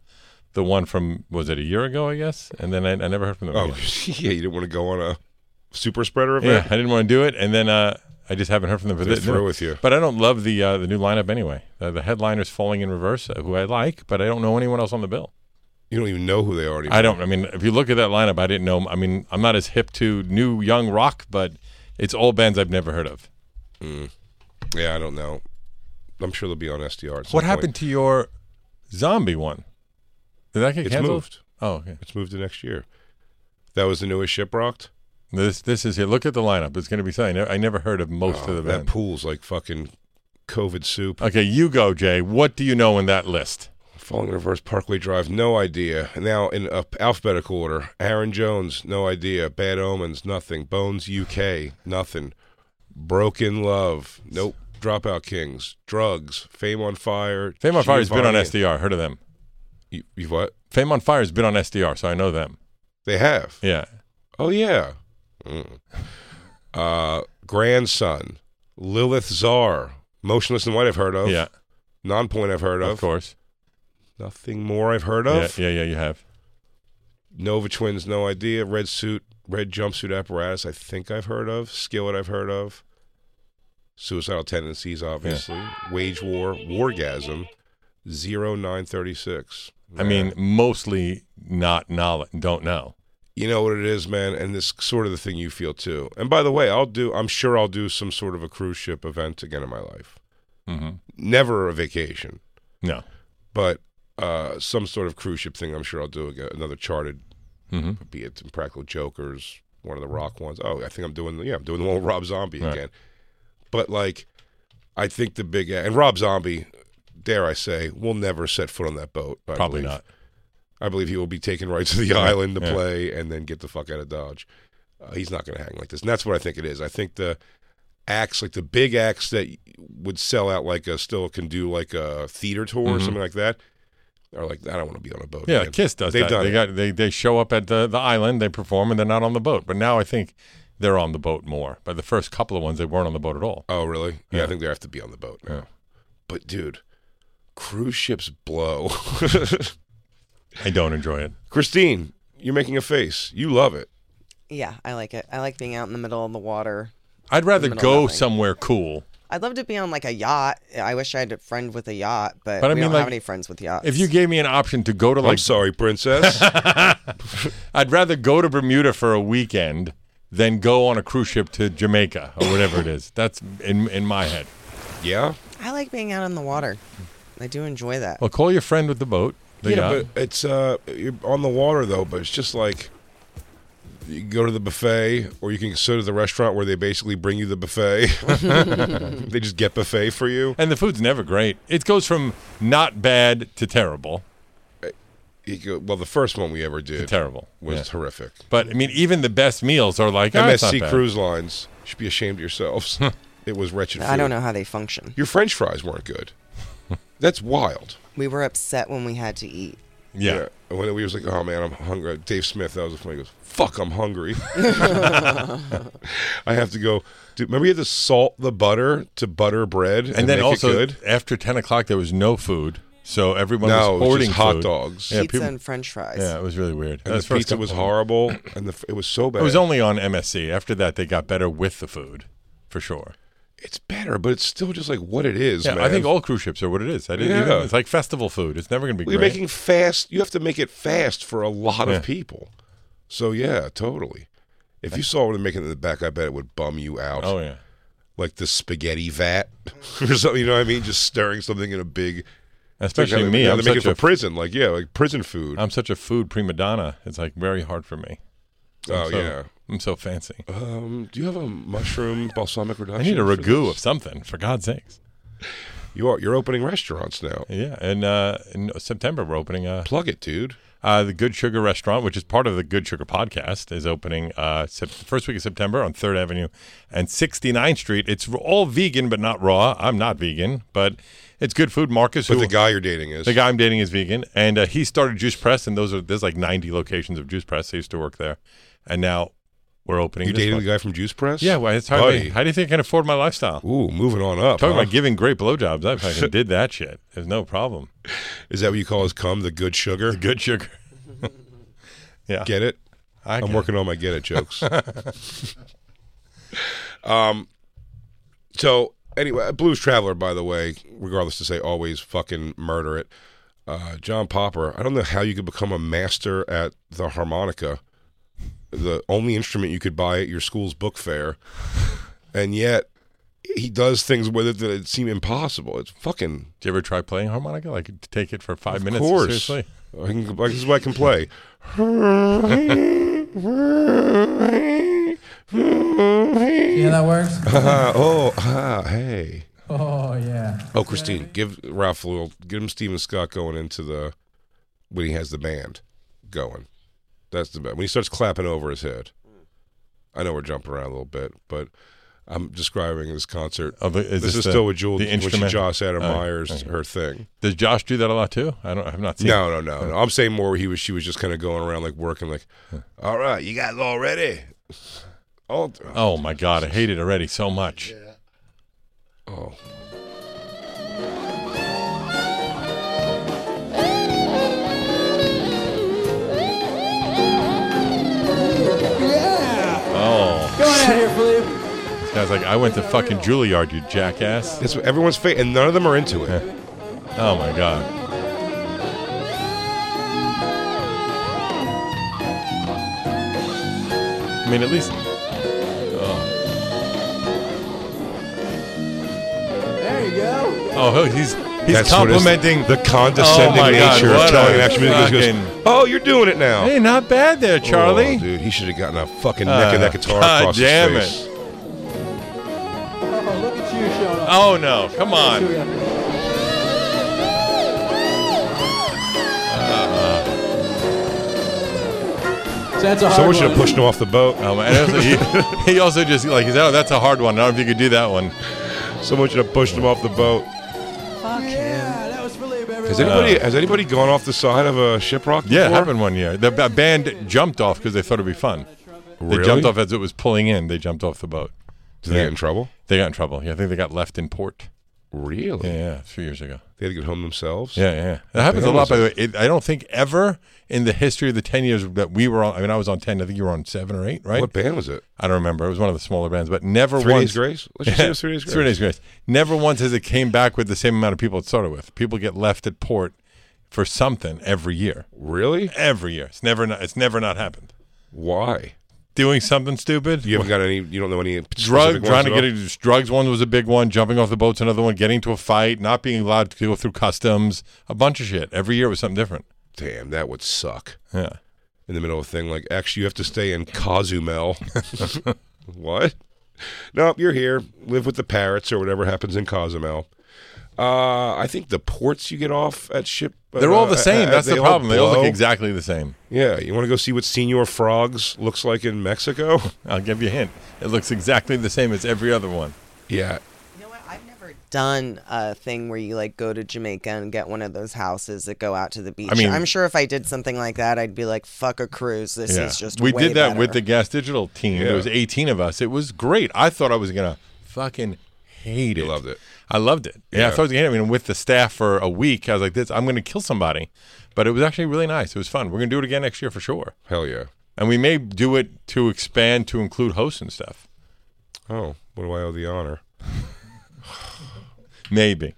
G: the one from was it a year ago? I guess, and then I, I never heard from them.
C: Oh,
G: again.
C: [LAUGHS] yeah. You didn't want to go on a super spreader
G: yeah.
C: event.
G: I didn't want to do it, and then uh, I just haven't heard from them. for
C: They're
G: this-
C: through with you.
G: But I don't love the uh, the new lineup anyway. Uh, the headliners falling in reverse, uh, who I like, but I don't know anyone else on the bill.
C: You don't even know who they are. Anymore.
G: I don't. I mean, if you look at that lineup, I didn't know. I mean, I'm not as hip to new young rock, but it's all bands I've never heard of.
C: Mm. Yeah, I don't know. I'm sure they'll be on SDR. at some
G: What
C: point.
G: happened to your zombie one? Did that get
C: It's
G: canceled?
C: moved.
G: Oh, okay.
C: It's moved to next year. That was the newest Shiprocked.
G: This this is here. Look at the lineup. It's going to be something. I never, I never heard of most
C: Oh,
G: of the Uh,
C: that
G: band.
C: pool's like fucking COVID soup.
G: Okay, you go, Jay. What do you know in that list?
C: Falling in reverse, Parkway Drive, no idea. Now in uh, alphabetical order, Aaron Jones, no idea. Bad Omens, nothing. Bones UK, nothing. Broken Love, nope. Dropout Kings, Drugs, Fame on Fire.
G: Fame on Fire has been on
C: Giovanni.
G: SDR. Heard of them?
C: You, you've what?
G: Fame on Fire has been on SDR, so I know them.
C: They have.
G: Yeah.
C: Oh yeah. Mm. Uh, grandson, Lilith Czar, Motionless in White. I've heard of.
G: Yeah.
C: Nonpoint. I've heard of.
G: Of course.
C: Nothing more I've heard of.
G: Yeah, yeah, yeah, you have.
C: Nova Twins. No idea. Red suit. Red jumpsuit apparatus. I think I've heard of. Skillet. I've heard of. Suicidal tendencies, obviously. Wage war. Wargasm. Zero nine thirty six.
G: I mean, mostly not knowledge. Don't know.
C: You know what it is, man, and this sort of the thing you feel too. And by the way, I'll do. I'm sure I'll do some sort of a cruise ship event again in my life.
G: hmm
C: Never a vacation,
G: No.
C: but uh, some sort of cruise ship thing. I'm sure I'll do again, another charted,
G: Mhm.
C: be it Practical Jokers, one of the Rock ones. Oh, I think I'm doing. Yeah, I'm doing the one with Rob Zombie
G: Right.
C: again. But like, I think the big and Rob Zombie, dare I say, will never set foot on that boat. I
G: Probably
C: believe.
G: not.
C: I believe he will be taken right to the
G: Yeah,
C: island to
G: yeah.
C: play and then get the fuck out of Dodge. Uh, he's not going to hang like this. And that's what I think it is. I think the acts, like the big acts that would sell out, like a still can do like a theater tour or
G: Mhm.
C: something like that, are like, I don't want to be on a boat.
G: Yeah,
C: again.
G: Kiss does
C: They've
G: that.
C: done
G: they
C: it.
G: got they they show up at the, the island, they perform, and they're not on the boat. But now I think they're on the boat more. But the first couple of ones, they weren't on the boat at all.
C: Oh, really? Yeah,
G: Yeah.
C: I think they have to be on the boat now. But dude, Cruise ships blow. [LAUGHS]
G: I don't enjoy it.
C: Christine, you're making a face. You love it.
H: Yeah, I like it. I like being out in the middle of the water.
G: I'd rather
H: In the middle
G: go
H: of nothing.
G: somewhere cool.
H: I'd love to be on like a yacht. I wish I had a friend with a yacht, but,
G: But I
H: we
G: mean,
H: don't
G: like,
H: have any friends with yachts.
G: If you gave me an option to
C: Oh,
G: go to like,
C: sorry,
G: [LAUGHS]
C: princess.
G: I'd rather go to Bermuda for a weekend than go on a cruise ship to Jamaica or whatever it is. That's in in my head.
C: Yeah.
H: I like being out in the water. I do enjoy that.
G: Well, call your friend with the boat. The
C: yeah,
G: yacht.
C: but it's uh, you're on the water though, but it's just like you can go to the buffet, or you can go to the restaurant where they basically bring you the
G: [LAUGHS]
C: buffet. they just get buffet for you.
G: And the food's never great. It goes from not bad to terrible.
C: You go- Well, the first one we ever did
G: terrible.
C: was
G: Yeah.
C: horrific.
G: But I mean, even the best meals are like "Ah, it's not
C: MSC
G: bad."
C: Cruise Lines you should be ashamed of yourselves. it was wretched.
H: I don't
C: food.
H: know how they function.
C: Your French fries weren't
G: [LAUGHS]
C: good. That's wild.
H: We were upset when we had to eat.
G: Yeah.
C: And When we was like, oh man, I'm hungry. Dave Smith, that was a funny. He goes, fuck, I'm hungry. I have to go. Dude, remember you had to salt the butter to butter bread, and,
G: And then
C: make
G: also uh,
C: it good?
G: after ten o'clock, there was no food, so everyone
C: No, it
G: was
C: was
G: ordering
C: just hot
G: food.
C: dogs.
G: Yeah,
H: Pizza
G: people-
H: and french fries.
G: Yeah, it was really weird.
C: And
G: That's
C: the
G: first
C: pizza
G: time-
C: was horrible, and the f- it was so bad.
G: It was only on MSC. After that, they got better with the food, for sure.
C: It's better, but it's still just like what it is.
G: Yeah,
C: man.
G: I think all cruise ships are what it is. I didn't
C: Yeah.
G: even- it's like festival food. It's never going to be
C: We're
G: great.
C: making fast. You have to make it fast for a lot
G: Yeah.
C: of people. So yeah, totally. If you saw what they're making in the back, I bet it would bum you out.
G: Oh, yeah.
C: like the spaghetti vat [LAUGHS] or something. You know what I mean? Just stirring something in a big.
G: Especially
C: like,
G: me,
C: They
G: I'm
C: make it
G: such
C: for
G: a-
C: prison. Like yeah, like prison food.
G: I'm such a food prima donna. It's like very hard for me. I'm
C: Oh,
G: so-
C: yeah.
G: I'm so fancy.
C: Um, do you have a
G: [LAUGHS]
C: mushroom balsamic
G: I
C: reduction?
G: need a
C: for
G: ragu
C: this?
G: of something, for God's sakes.
C: You are you're opening restaurants now.
G: Yeah, and uh, in September we're opening a
C: plug it, dude.
G: Uh, the Good Sugar Restaurant, which is part of the Good Sugar podcast, is opening uh, sep- first week of September on Third Avenue and 69th Street. It's all vegan, but not raw. I'm not vegan, but it's good food. Marcus,
C: But
G: who-
C: the guy you're dating is
G: the guy I'm dating is vegan, and uh, he started Juice Press, and those are there's like 90 locations of Juice Press. I used to work there, and now we're opening.
C: You
G: this
C: dating
G: one.
C: the guy from Juice Press?
G: Yeah, well, it's hard.
C: Buddy.
G: How do you think I can afford my lifestyle?
C: Ooh, uh-huh. moving on up.
G: Talking
C: huh?
G: about giving great blowjobs,
C: [LAUGHS]
G: I fucking did that shit. There's no problem.
C: Is that what you call his cum? The good sugar? The
G: good sugar. yeah.
C: Get it?
G: I
C: am
G: get
C: working on my get it
G: [LAUGHS]
C: jokes. um, so anyway, Blues Traveler, by the way, regardless to say, always fucking murder it. Uh, John Popper. I don't know how you could become a master at the harmonica, the only instrument you could buy at your school's book fair, and yet he does things with it that seem impossible. It's fucking.
G: Do you ever try playing harmonica? Like to take it for five
C: Of
G: minutes?
C: course.
G: Seriously?
C: [LAUGHS] I can, like, this is what I can play. [LAUGHS]
I: See how that works?
C: Ah, oh, ah, hey.
I: Oh, yeah.
C: Oh, Christine, give Ralph a little. Get him Steven Scott going into the when he has the band going. That's the band when he starts clapping over his head. I know we're jumping around a little bit, but I'm describing this concert.
G: Oh, but
C: this,
G: is
C: is
G: this the-
C: still with Jewel,
G: the
C: which is
G: instrument?
C: Josh Adam
G: Oh,
C: Myers,
G: okay.
C: her thing.
G: Does Josh do that a lot too? I don't. I've not seen.
C: No, no, no, no. I'm saying more. Where he was. She was just kind of going around like working, like, all right, you guys all ready? Oh,
G: Oh my god, I hate it already so much.
C: oh.
G: Oh,
I: Going out here, Philippe.
G: this guy's like, I went to fucking Juilliard, you jackass.
C: That's what everyone's face, and none of them are into it.
G: Oh my god. I mean, at least. Oh,
I: There you go.
G: oh he's he's
C: That's what it is,
G: complimenting
C: the condescending
G: Oh my God,
C: nature
G: what
C: of telling
G: a
C: an action music. He
G: fucking-
C: goes, "Oh, you're doing it now."
G: Hey, not bad there, Charlie.
C: Oh, dude, he should have gotten a fucking neck of that
G: Uh,
C: guitar
G: God
C: across
G: damn
C: his face.
I: Oh, look at you showing up.
G: Oh no, come on.
I: So that's a hard
C: Someone should
I: one.
C: have pushed him off the boat.
G: Um,
C: [LAUGHS]
G: and also, he, he also just like, he's, oh, that's a hard one. I don't know if you could do that one.
C: Someone should have pushed him off the boat.
I: Yeah, that was Philippe,
C: Has
I: everyone.
C: anybody has anybody gone off the side of a shipwreck?
G: Uh, Yeah, it
C: before?
G: happened one year. The ba- band jumped off because they thought it'd be fun. They
C: Really?
G: jumped off as it was pulling in. They jumped off the boat.
C: Did they get in trouble?
G: They got in trouble. Yeah, I think they got left in port.
C: Really?
G: Yeah, yeah, a few years ago.
C: They had to get home themselves.
G: Yeah, yeah. yeah. That happens a lot, by the way. It, I don't think ever in the history of the 10 years that we were on, I mean, I was on 10, I think you were on 7 or 8, right?
C: What band was it?
G: I don't remember. It was one of the smaller bands, but never
C: Three
G: once.
C: Days Grace? Let's just say it was Three Days
G: [LAUGHS] Three
C: Grace.
G: Days Grace. Never once has it came back with the same amount of people it started with. People get left at port for something every year.
C: Really?
G: Every year. It's never not, it's never not happened.
C: Why?
G: Doing something stupid?
C: You haven't got any. You don't know any
G: drug
C: specific ones
G: trying to
C: at
G: get
C: all?
G: into drugs one was a big one jumping off the boat's another one getting into a fight not being allowed to go through customs a bunch of shit every year was something different
C: Damn, that would suck.
G: Yeah.
C: In the middle of a thing like, actually, you have to stay in
G: [LAUGHS]
C: Cozumel. what? Nope, you're here. Live with the parrots or whatever happens in Cozumel. Uh, I think the ports you get off at ship.
G: they're all the
C: uh,
G: same
C: uh,
G: that's the problem they all
C: blow.
G: look exactly the same
C: Yeah, you want to go see what Senor Frogs looks like in
G: [LAUGHS]
C: Mexico?
G: I'll give you a hint. It looks exactly the same as every other one.
C: Yeah.
H: done a thing where you like go to Jamaica and get one of those houses that go out to the beach. I
G: mean-
H: am sure if I did something like that, I'd be like, "Fuck a cruise. This
G: Yeah.
H: is just
G: we
H: way
G: did that
H: better."
G: with the gas digital team
H: Yeah.
G: there was 18 of us it was great i thought i was gonna fucking hate it
C: You loved it.
G: i loved it yeah,
C: Yeah.
G: i thought i was gonna hate it. i mean with the staff for a week i was like this i'm gonna kill somebody but it was actually really nice it was fun we're gonna do it again next year for sure
C: hell yeah
G: and we may do it to expand to include hosts and stuff
C: Oh, what do I owe the honor?
G: maybe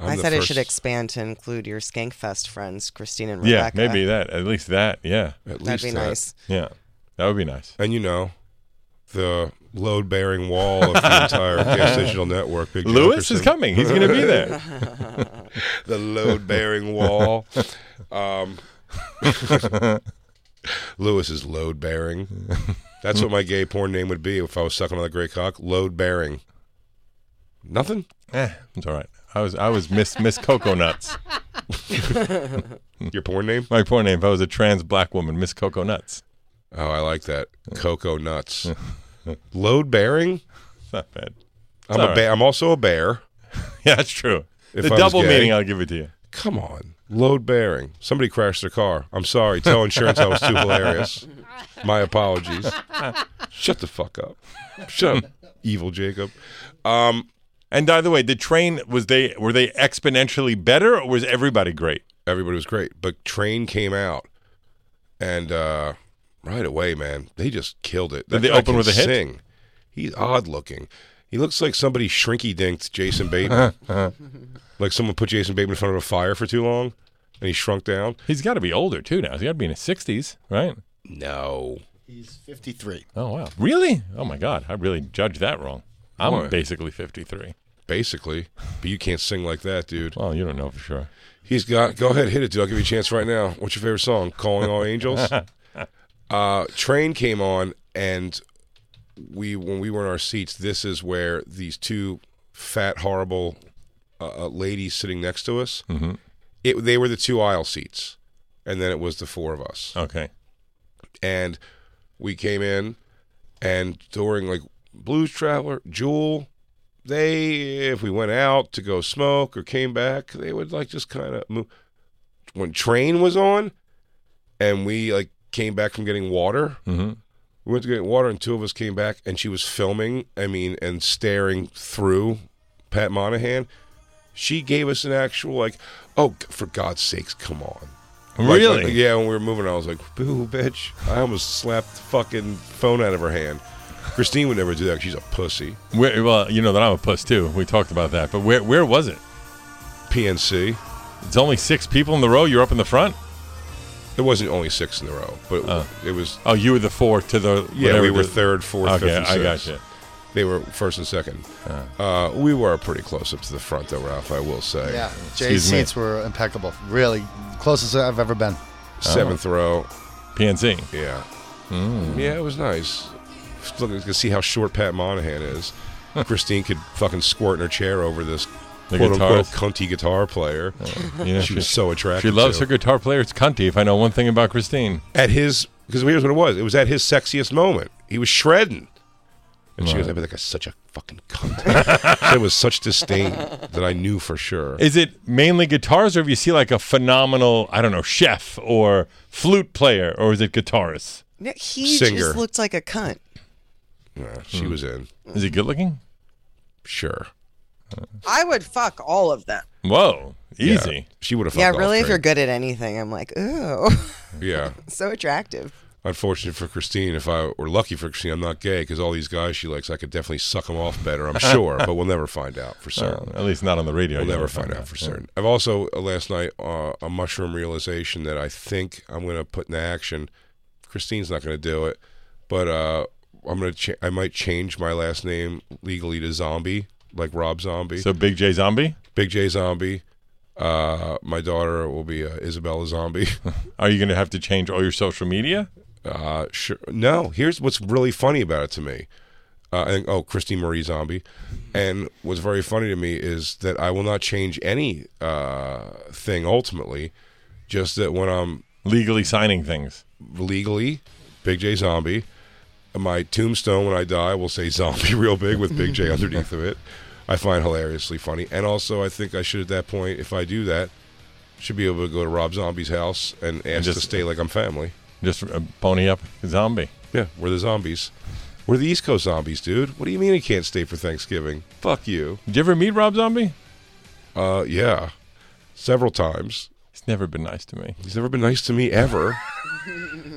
H: I said it should expand to include your Skankfest friends, Christine and
G: yeah
H: Rebecca.
G: maybe that at least that yeah
C: At uh,
H: That'd least be that. nice.
G: yeah that would be nice
C: And you know, the load bearing wall of the
G: [LAUGHS]
C: entire Gas Digital Network. Big Joe
G: Lewis is
C: Dickerson.
G: coming. He's going to be
C: [LAUGHS]
G: there.
C: the load bearing wall. Um, [LAUGHS] Lewis is load bearing. That's what my gay porn name would be if I was sucking on the great cock. Load bearing. Nothing.
G: Eh, it's all right. I was I was Miss Miss Cocoa Nuts.
C: Your porn name?
G: My porn name. If I was a trans black woman, Miss Cocoa Nuts.
C: Oh, I like that. Cocoa
G: [LAUGHS]
C: Nuts. load bearing.
G: Not bad. [LAUGHS]
C: I'm
G: It's all
C: a
G: right.
C: bear. I'm also a bear.
G: Yeah, that's true.
C: If
G: the
C: I was
G: double
C: gay-
G: meaning, I'll give it to you.
C: Come on. Load bearing. Somebody crashed their car. I'm sorry. Tell insurance I was too hilarious. My apologies. Shut the fuck up. Shut up, evil Jacob.
G: Um, and by the way, the train was they were they exponentially better, or was everybody great?
C: Everybody was great, but train came out, and uh, right away, man, they just killed it.
G: Did they
C: guy
G: open
C: can
G: with a hit?
C: Sing. He's odd looking. He looks like somebody shrinky dinked
G: [LAUGHS]
C: Jason Bateman. like someone put Jason Bateman in front of a fire for too long, and he shrunk down.
G: He's got to be older too now. He's got to be in his sixties, right?
C: No.
F: He's 53.
G: Oh wow, really? Oh my God, I really judged that wrong. I'm
C: Why?
G: basically fifty-three.
C: Basically, but you can't sing like that, dude.
G: Well, you don't know for sure.
C: He's got. Go ahead, hit it, dude. I'll give you a chance right now. What's your favorite song? Calling All Angels. Uh, train came on, and we when we were in our seats. This is where these two fat, horrible uh, uh, ladies sitting next to us.
G: Mhm.
C: It they were the two aisle seats, and then it was the four of us
G: Okay.
C: and we came in and during like blues traveler jewel they if we went out to go smoke or came back they would like just kind of move when train was on and we like came back from getting water
G: Mm-hmm.
C: we went to get water and two of us came back and she was filming i mean and staring through pat monahan she gave us an actual like oh g- for god's sakes come on Like-
G: Really?
C: like, yeah when we were moving i was like boo bitch i almost slapped the fucking phone out of her hand christine would never do that she's a pussy
G: Where, well, you know that I'm a puss too. We talked about that. But where where was it?
C: PNC.
G: It's only six people in the row. You're up in the front.
C: It wasn't only six in the row, but it, it was.
G: Oh, you were the four to the.
C: yeah we
G: whatever
C: were
G: the-
C: third fourth
G: Okay,
C: fifth and
G: I Oh.
C: sixth.
G: got you.
C: they were first and second uh, we were pretty close up to the front though ralph i will say
F: Yeah,
G: Oh.
F: Jay's seats were impeccable. Really, closest I've ever been.
C: seventh row.
G: PNC.
C: Yeah.
G: Hmm.
C: Yeah, it was nice. Just Look, you can see how short Pat Monahan is. Christine could fucking squirt in her chair over this
G: The
C: quote unquote cunty guitar player.
G: You know,
C: [LAUGHS] she, was so attractive.
G: She loves
C: to.
G: her guitar player. It's cunty. If I know one thing about Christine,
C: At his, because here's what it was it was at his sexiest moment. He was shredding. And she
G: Right.
C: goes, I bet that guy's such a fucking cunt. [LAUGHS] there was such disdain that I knew for sure.
G: is it mainly guitars, or if you see like a phenomenal, I don't know, chef or flute player, or is it guitarists?
H: No, he
G: Singer.
H: just looked like a cunt.
C: Yeah, she
G: Hmm.
C: was in.
G: Is he good looking?
C: Sure.
H: I would fuck all of them.
G: Whoa, easy.
C: She would have.
H: Yeah, really. If you're good at anything, I'm like, ooh, [LAUGHS]
C: Yeah.
H: so attractive.
C: Unfortunate for Christine, if I were lucky for Christine, I'm not gay because all these guys she likes, I could definitely suck them off better.
G: [LAUGHS]
C: I'm sure, but we'll never find out for certain.
G: Well, at least not on the radio.
C: We'll
G: you
C: never
G: don't
C: find
G: find
C: out
G: out,
C: for
G: Oh, yeah.
C: certain. I've also uh, last night uh, a mushroom realization that I think I'm going to put into action. Christine's not going to do it, but uh, I'm going to. Cha- I might change my last name legally to Zombie, like Rob Zombie.
G: So Big J Zombie.
C: Big J Zombie. Uh, my daughter will be uh, Isabella Zombie.
G: [LAUGHS] Are you going to have to change all your social media?
C: Uh, sure. No. Here's what's really funny about it to me. Uh, and, oh, Christine Marie Zombie. And what's very funny to me is that I will not change any uh, thing ultimately. Just that when I'm
G: legally signing things,
C: legally, Big J Zombie. My tombstone when I die will say Zombie [LAUGHS] real big with Big J underneath of it. I find hilariously funny. And also, I think I should at that point, if I do that, should be able to go to Rob Zombie's house and ask to
G: just-
C: stay like I'm family.
G: Just uh, pony up zombie.
C: Yeah, we're the zombies. We're the East Coast zombies, dude. What do you mean he can't stay for Thanksgiving? Fuck you.
G: Did you ever meet Rob Zombie?
C: Uh, yeah, several times.
G: He's never been nice to me.
C: He's never been nice to me
H: [LAUGHS]
C: ever.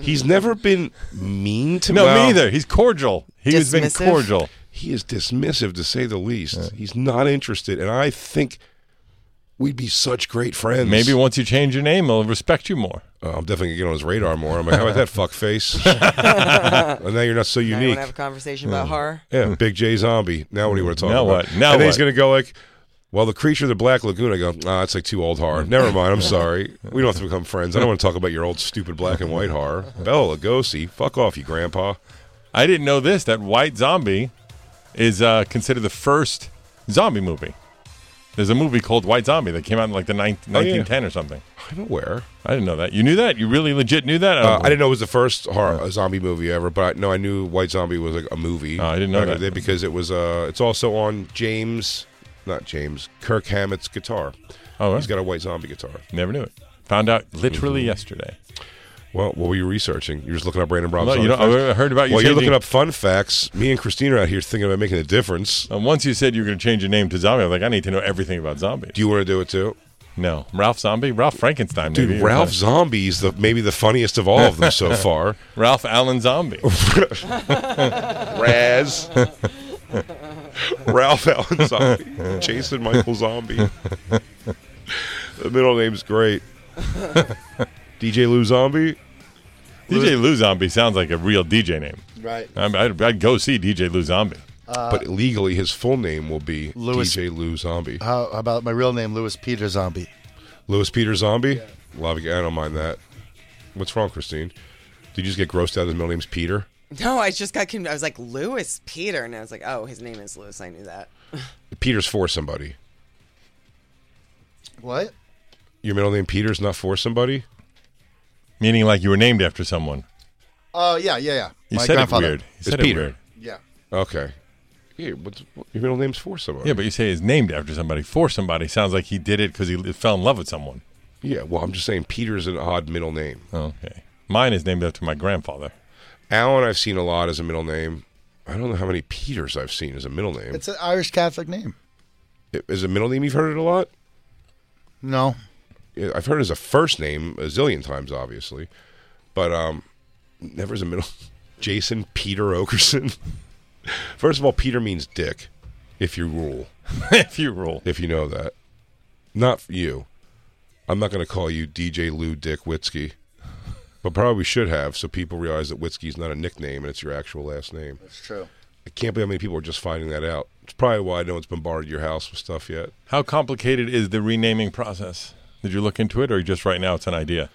C: He's never been mean to
G: No,
C: me.
G: me either. He's cordial. He has been Dismissive? cordial.
C: He is dismissive to say the least. He's not interested, and I think we'd be such great friends.
G: Maybe once you change your name, he'll respect you more.
C: Oh, I'm definitely gonna get on his radar more. I'm like, how about
G: [LAUGHS]
C: that fuck face? and now you're not so
H: Now you
C: unique. Hmm.
H: want to have a conversation about horror?
C: Yeah, Big J Zombie. Now what do you want to talk
G: Now
C: about?
G: what? Now
C: and then he's
G: what?
C: gonna go like, well, the creature of the Black Lagoon. I go, ah, it's like too old horror. Never
G: [LAUGHS]
C: mind. I'm sorry. We don't have to become friends. I don't want to talk about your old stupid black and white horror. Bella Lugosi, fuck off, you grandpa.
G: I didn't know this that White Zombie is uh, considered the first zombie movie. There's a movie called White Zombie that came out in like the 19,
C: Oh, yeah.
G: 1910 or something.
C: I'm aware.
G: I didn't know that. You knew that? You really legit knew that? Oh,
C: Uh, I didn't know it was the first horror uh, zombie movie ever, but I, no, I knew White Zombie was like a movie.
G: Oh, I didn't know
C: Uh,
G: that.
C: they- because it was. Uh, it's also on James, not James, Kirk Hammett's guitar.
G: Oh,
C: he's got a White Zombie guitar.
G: Never knew it. Found out
C: Mm-hmm.
G: literally yesterday.
C: Well, what were you researching? You're just looking up random Rob
G: No,
C: Zombie
G: you know,
C: facts?
G: I heard about you
C: Well, you're looking
G: changing-
C: up fun facts. Me and Christine are out here thinking about making a difference.
G: And Uh, once you said you were going to change your name to Zombie, I was like, I need to know everything about zombies.
C: Do you want to do it too?
G: No. Ralph Zombie? Ralph Frankenstein.
C: Dude,
G: maybe.
C: Ralph Zombie's the maybe the funniest of all of them so far.
G: Ralph Allen Zombie.
C: [LAUGHS] [LAUGHS] Raz. Ralph Allen Zombie. Jason Michael Zombie. The middle name's [LAUGHS] great. DJ Lou Zombie.
G: DJ Lou Zombie sounds like a real DJ name.
F: Right.
G: I'm, I'd, I'd go see DJ Lou Zombie.
F: Uh,
C: but legally, his full name will be
F: Louis-
C: DJ Lou Zombie.
F: How about my real name, Lewis Peter Zombie?
C: Lewis Peter Zombie? Love you. I don't mind that. What's wrong, Christine? Did you just get grossed out? His middle name's Peter.
H: No, I just got. Con- I was like Lewis Peter, and I was like, oh, his name is Lewis. I knew that.
C: Peter's for somebody.
F: What?
C: Your middle name Peter's not for somebody.
G: Meaning like you were named after someone.
F: Oh yeah, yeah, yeah.
G: You
F: my
G: said it
F: grandfather.
G: weird. You
C: It's
G: said
C: Peter.
G: it weird.
F: Yeah.
C: Okay. Yeah, what's, what, your middle name's for somebody.
G: Yeah, but you say it's named after somebody for somebody. Sounds like he did it because he li- fell in love with someone.
C: Yeah, well, I'm just saying Peter's an odd middle name.
G: Okay. Mine is named after my grandfather. [LAUGHS]
C: Alan, I've seen a lot as a middle name. I don't know how many Peters I've seen as a middle name.
F: It's an Irish Catholic name.
C: I- Is a middle name you've heard it a lot?
F: No.
C: Yeah, I've heard it as a first name a zillion times, obviously, but um, never as a middle. [LAUGHS] Jason Peter Okerson. [LAUGHS] First of all, Peter means dick. If you rule.
G: if you rule.
C: If you know that. Not for you. I'm not going to call you DJ Lou Dick Witzky, but probably should have so people realize that Witzky's not a nickname and it's your actual last name.
F: That's true.
C: I can't believe how many people are just finding that out. It's probably why no one's bombarded your house with stuff yet.
G: How complicated is the renaming process? Did you look into it or just right now it's an idea?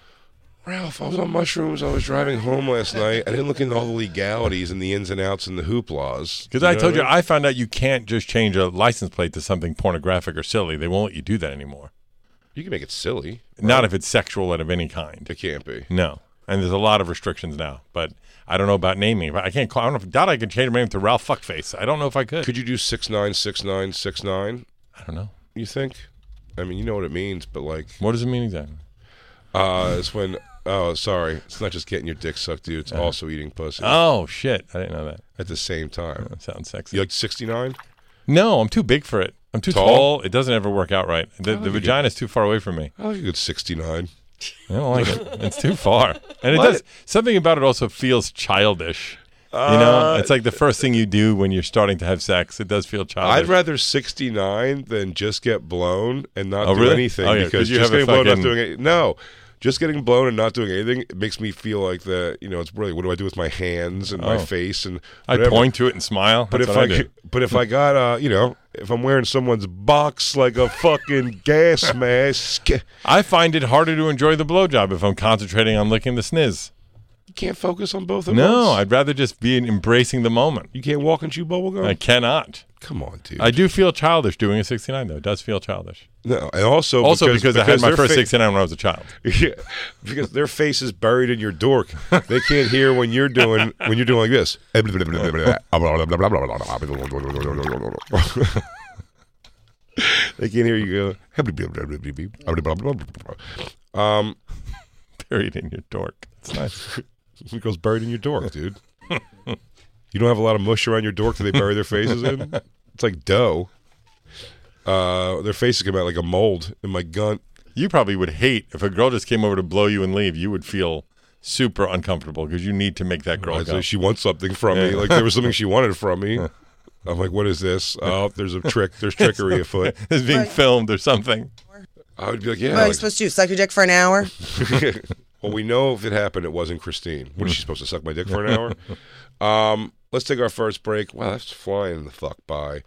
C: Ralph, I was on mushrooms. I was driving home last night. I didn't look into all the legalities and the ins and outs and the hooplas.
G: Because
C: You
G: I
C: know
G: told
C: what
G: you, I found out you can't just change a license plate to something pornographic or silly. They won't let you do that anymore.
C: You can make it silly.
G: Not if it's sexual and of any kind.
C: It can't be.
G: No. And there's a lot of restrictions now, but I don't know about naming. I can't call. I don't know if, doubt I could change my name to Ralph Fuckface. I don't know if I could.
C: Could you do six nine six nine six nine?
G: I don't know.
C: You think? I mean, you know what it means, but like,
G: What does it mean exactly?
C: uh, it's when. Oh, sorry. It's not just getting your dick sucked, dude.
G: Uh-huh.
C: It's also eating pussy
G: Oh shit! I didn't know that.
C: at the same time.
G: That sounds sexy.
C: You like sixty nine?
G: No, I'm too big for it. I'm too
C: Tall?
G: tall. It doesn't ever work out right. The,
C: like
G: the
C: you get-
G: vagina's too far away from me.
C: I like a good 69.
G: I don't like
C: [LAUGHS]
G: it. It's too far. And it
C: What?
G: does something about it also feels childish. you know,
C: Uh,
G: it's like the first thing you do when you're starting to have sex. It does feel childish.
C: I'd rather 69 than just get blown and not
G: Oh,
C: do
G: really?
C: anything
G: Oh, yeah, 'cause
C: because
G: you
C: just
G: have a
C: getting blown and not
G: fucking-
C: doing it. No. Just getting blown and not doing anything it makes me feel like the you know it's really what do I do with my hands and my
G: Oh.
C: face and
G: I
C: whatever.
G: point to it and smile.
C: But
G: That's
C: if
G: what I
C: I
G: do.
C: c- but if I got uh you know if I'm wearing someone's box like a
G: [LAUGHS]
C: fucking gas mask, you
G: I find it harder to enjoy the blowjob if I'm concentrating on licking the sniz.
C: can't focus on both of them.
G: No, I'd rather just be in- embracing the moment.
C: you can't walk and chew bubble gum.
G: I cannot.
C: Come on, dude.
G: I do feel childish doing a 69 though. It does feel childish.
C: No, and also
G: also
C: Oh, because-
G: because, I had
C: because
G: my
C: their
G: first
C: fa-
G: 69 when I was a child.
C: [LAUGHS]
G: [LAUGHS]
C: Yeah, because their face is buried in your dork. They can't hear when you're doing when you're doing like this. [LAUGHS] they can't hear you go. Um,
G: buried in your dork. That's nice.
C: [LAUGHS] it goes buried in your dork, dude. You don't have a lot of mush around your dork that they bury their faces in. It's like dough. Uh, their faces come out like a mold in my gun.
G: You probably would hate if a girl just came over to blow you and leave. You would feel super uncomfortable because you need to make that girl
C: Right,
G: go.
C: so she wants something from me.
G: Yeah.
C: Like there was something she wanted from me. I'm like, what is this? Oh, there's a trick. There's trickery afoot.
G: [LAUGHS] it's being
H: Right.
G: filmed or something.
C: I would be like, yeah.
H: what are you
C: like-
H: supposed to do? Suck your dick for an hour?
C: [LAUGHS] well, we know if it happened, it wasn't Christine. What is she supposed to suck my dick for an
G: [LAUGHS]
C: hour? Um, let's take our first break. Wow, that's flying the fuck by.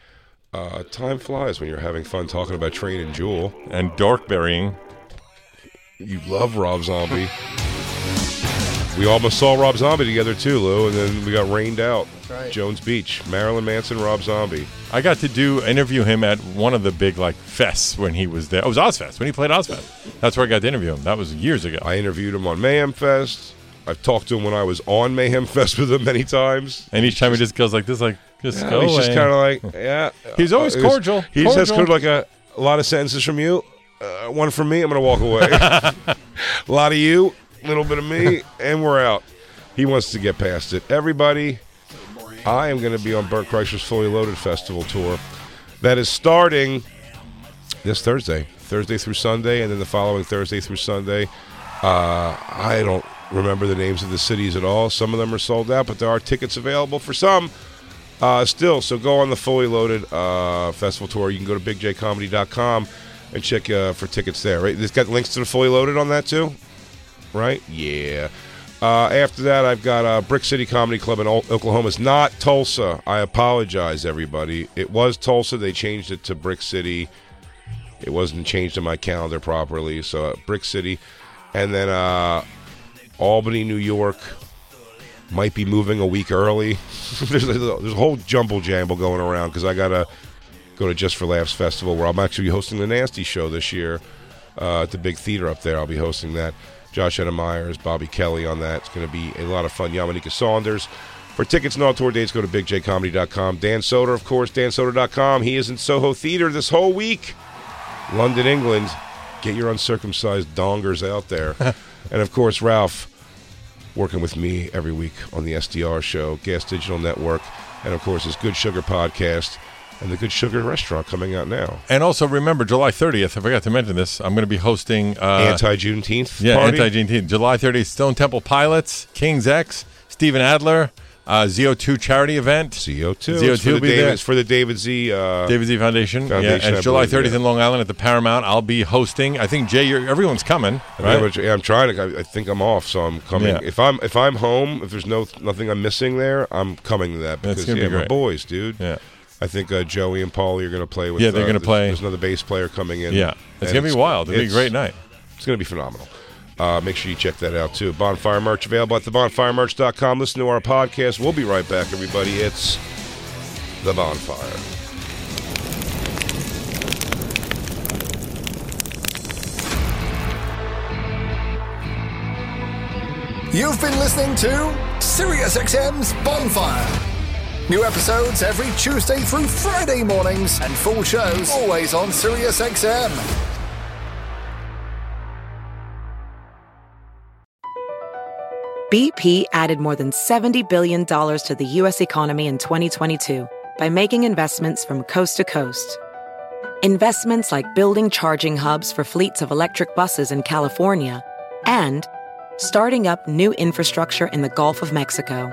C: Uh, time flies when you're having fun talking about Train and Jewel
G: and dork burying.
C: You love Rob Zombie. we almost saw Rob Zombie together too, Lou, and then we got rained out.
F: right.
C: Jones Beach, Marilyn Manson, Rob Zombie.
G: I got to do interview him at one of the big like fests when he was there. Oh, It was Ozfest when he played Ozfest. That's where I got to interview him. That was years ago.
C: I interviewed him on Mayhem Fest. I've talked to him when I was on Mayhem Fest [LAUGHS] with him many times.
G: And each time he just goes like this, like just
C: Yeah,
G: go
C: he's just
G: away.
C: kind of like, [LAUGHS] yeah.
G: He's always
C: he was-
G: cordial,
C: He just has
G: cordial.
C: kind of like a, a lot of sentences from you, uh, one from me. I'm gonna walk
G: [LAUGHS]
C: away. a lot of you, a little bit of me, and we're out. He wants to get past it. Everybody, I am going to be on Burt Kreischer's Fully Loaded Festival tour. That is starting this Thursday, Thursday through Sunday, and then the following Thursday through Sunday. Uh, I don't remember the names of the cities at all. Some of them are sold out, but there are tickets available for some uh, still. So go on the Fully Loaded uh, Festival tour. You can go to bigjcomedy.com and check uh, for tickets there. Right, it's got links to the Fully Loaded on that too right? Yeah. Uh, after that, I've got uh, Brick City Comedy Club in O- Oklahoma. It's not Tulsa. I apologize, everybody. It was Tulsa. They changed it to Brick City. It wasn't changed in my calendar properly. So, uh, Brick City. And then uh, Albany, New York. Might be moving a week early. [LAUGHS] there's, a, there's a whole jumble jamble going around because I got to go to Just for Laughs Festival where I'm actually hosting the Nasty Show this year uh, at the big theater up there. I'll be hosting that. Josh Adam Myers, Bobby Kelly on that. It's going to be a lot of fun. Yamanika Saunders. For tickets and all tour dates, go to bigjcomedy.com. Dan Soder, of course, dansoder.com. He is in Soho Theater this whole week. London, England. Get your uncircumcised dongers out there. and of course, Ralph, working with me every week on the SDR show, Gas Digital Network, and of course, his Good Sugar podcast and the Good Sugar Restaurant coming out now.
G: And also remember, July 30th. I forgot to mention this. I'm going to be hosting uh,
C: anti Juneteenth.
G: yeah
C: party.
G: anti Juneteenth. July 30th. Stone Temple Pilots, Kings X, Steven Adler, uh, ZO2 charity event.
C: ZO2.
G: ZO2
C: It's for, the
G: will be there.
C: David, it's for the David Z. Uh,
G: David Z Foundation.
C: Foundation,
G: yeah, and
C: I
G: it's July
C: believe,
G: 30th
C: yeah.
G: in Long Island at the Paramount. I'll be hosting. I think Jay, you're, everyone's coming,
C: I
G: right?
C: mean, I'm, yeah, I'm trying to. I, I think I'm off, so I'm coming.
G: Yeah.
C: If I'm if I'm home, if there's no nothing I'm missing there, I'm coming to that because
G: That's gonna be
C: yeah, my
G: great.
C: boys, dude.
G: Yeah.
C: I think uh, Joey and Paulie are going to play with.
G: Yeah, they're
C: uh,
G: gonna
C: there's-
G: play-
C: There's another bass player coming in.
G: Yeah.
C: and
G: It's gonna be wild. It'll be a
C: it's-
G: great night.
C: It's going to be phenomenal. Uh, make sure you check that out too. Bonfire merch available at thebonfiremerch.com. Listen to our podcast. We'll be right back, everybody. It's the bonfire.
N: You've been listening to SiriusXM's Bonfire. New episodes every Tuesday through Friday mornings, and full shows always on SiriusXM.
K: BP added more than $70 billion to the U.S. economy in 2022
H: by making investments from coast to coast. Investments like building charging hubs for fleets of electric buses in California and starting up new infrastructure in the Gulf of Mexico.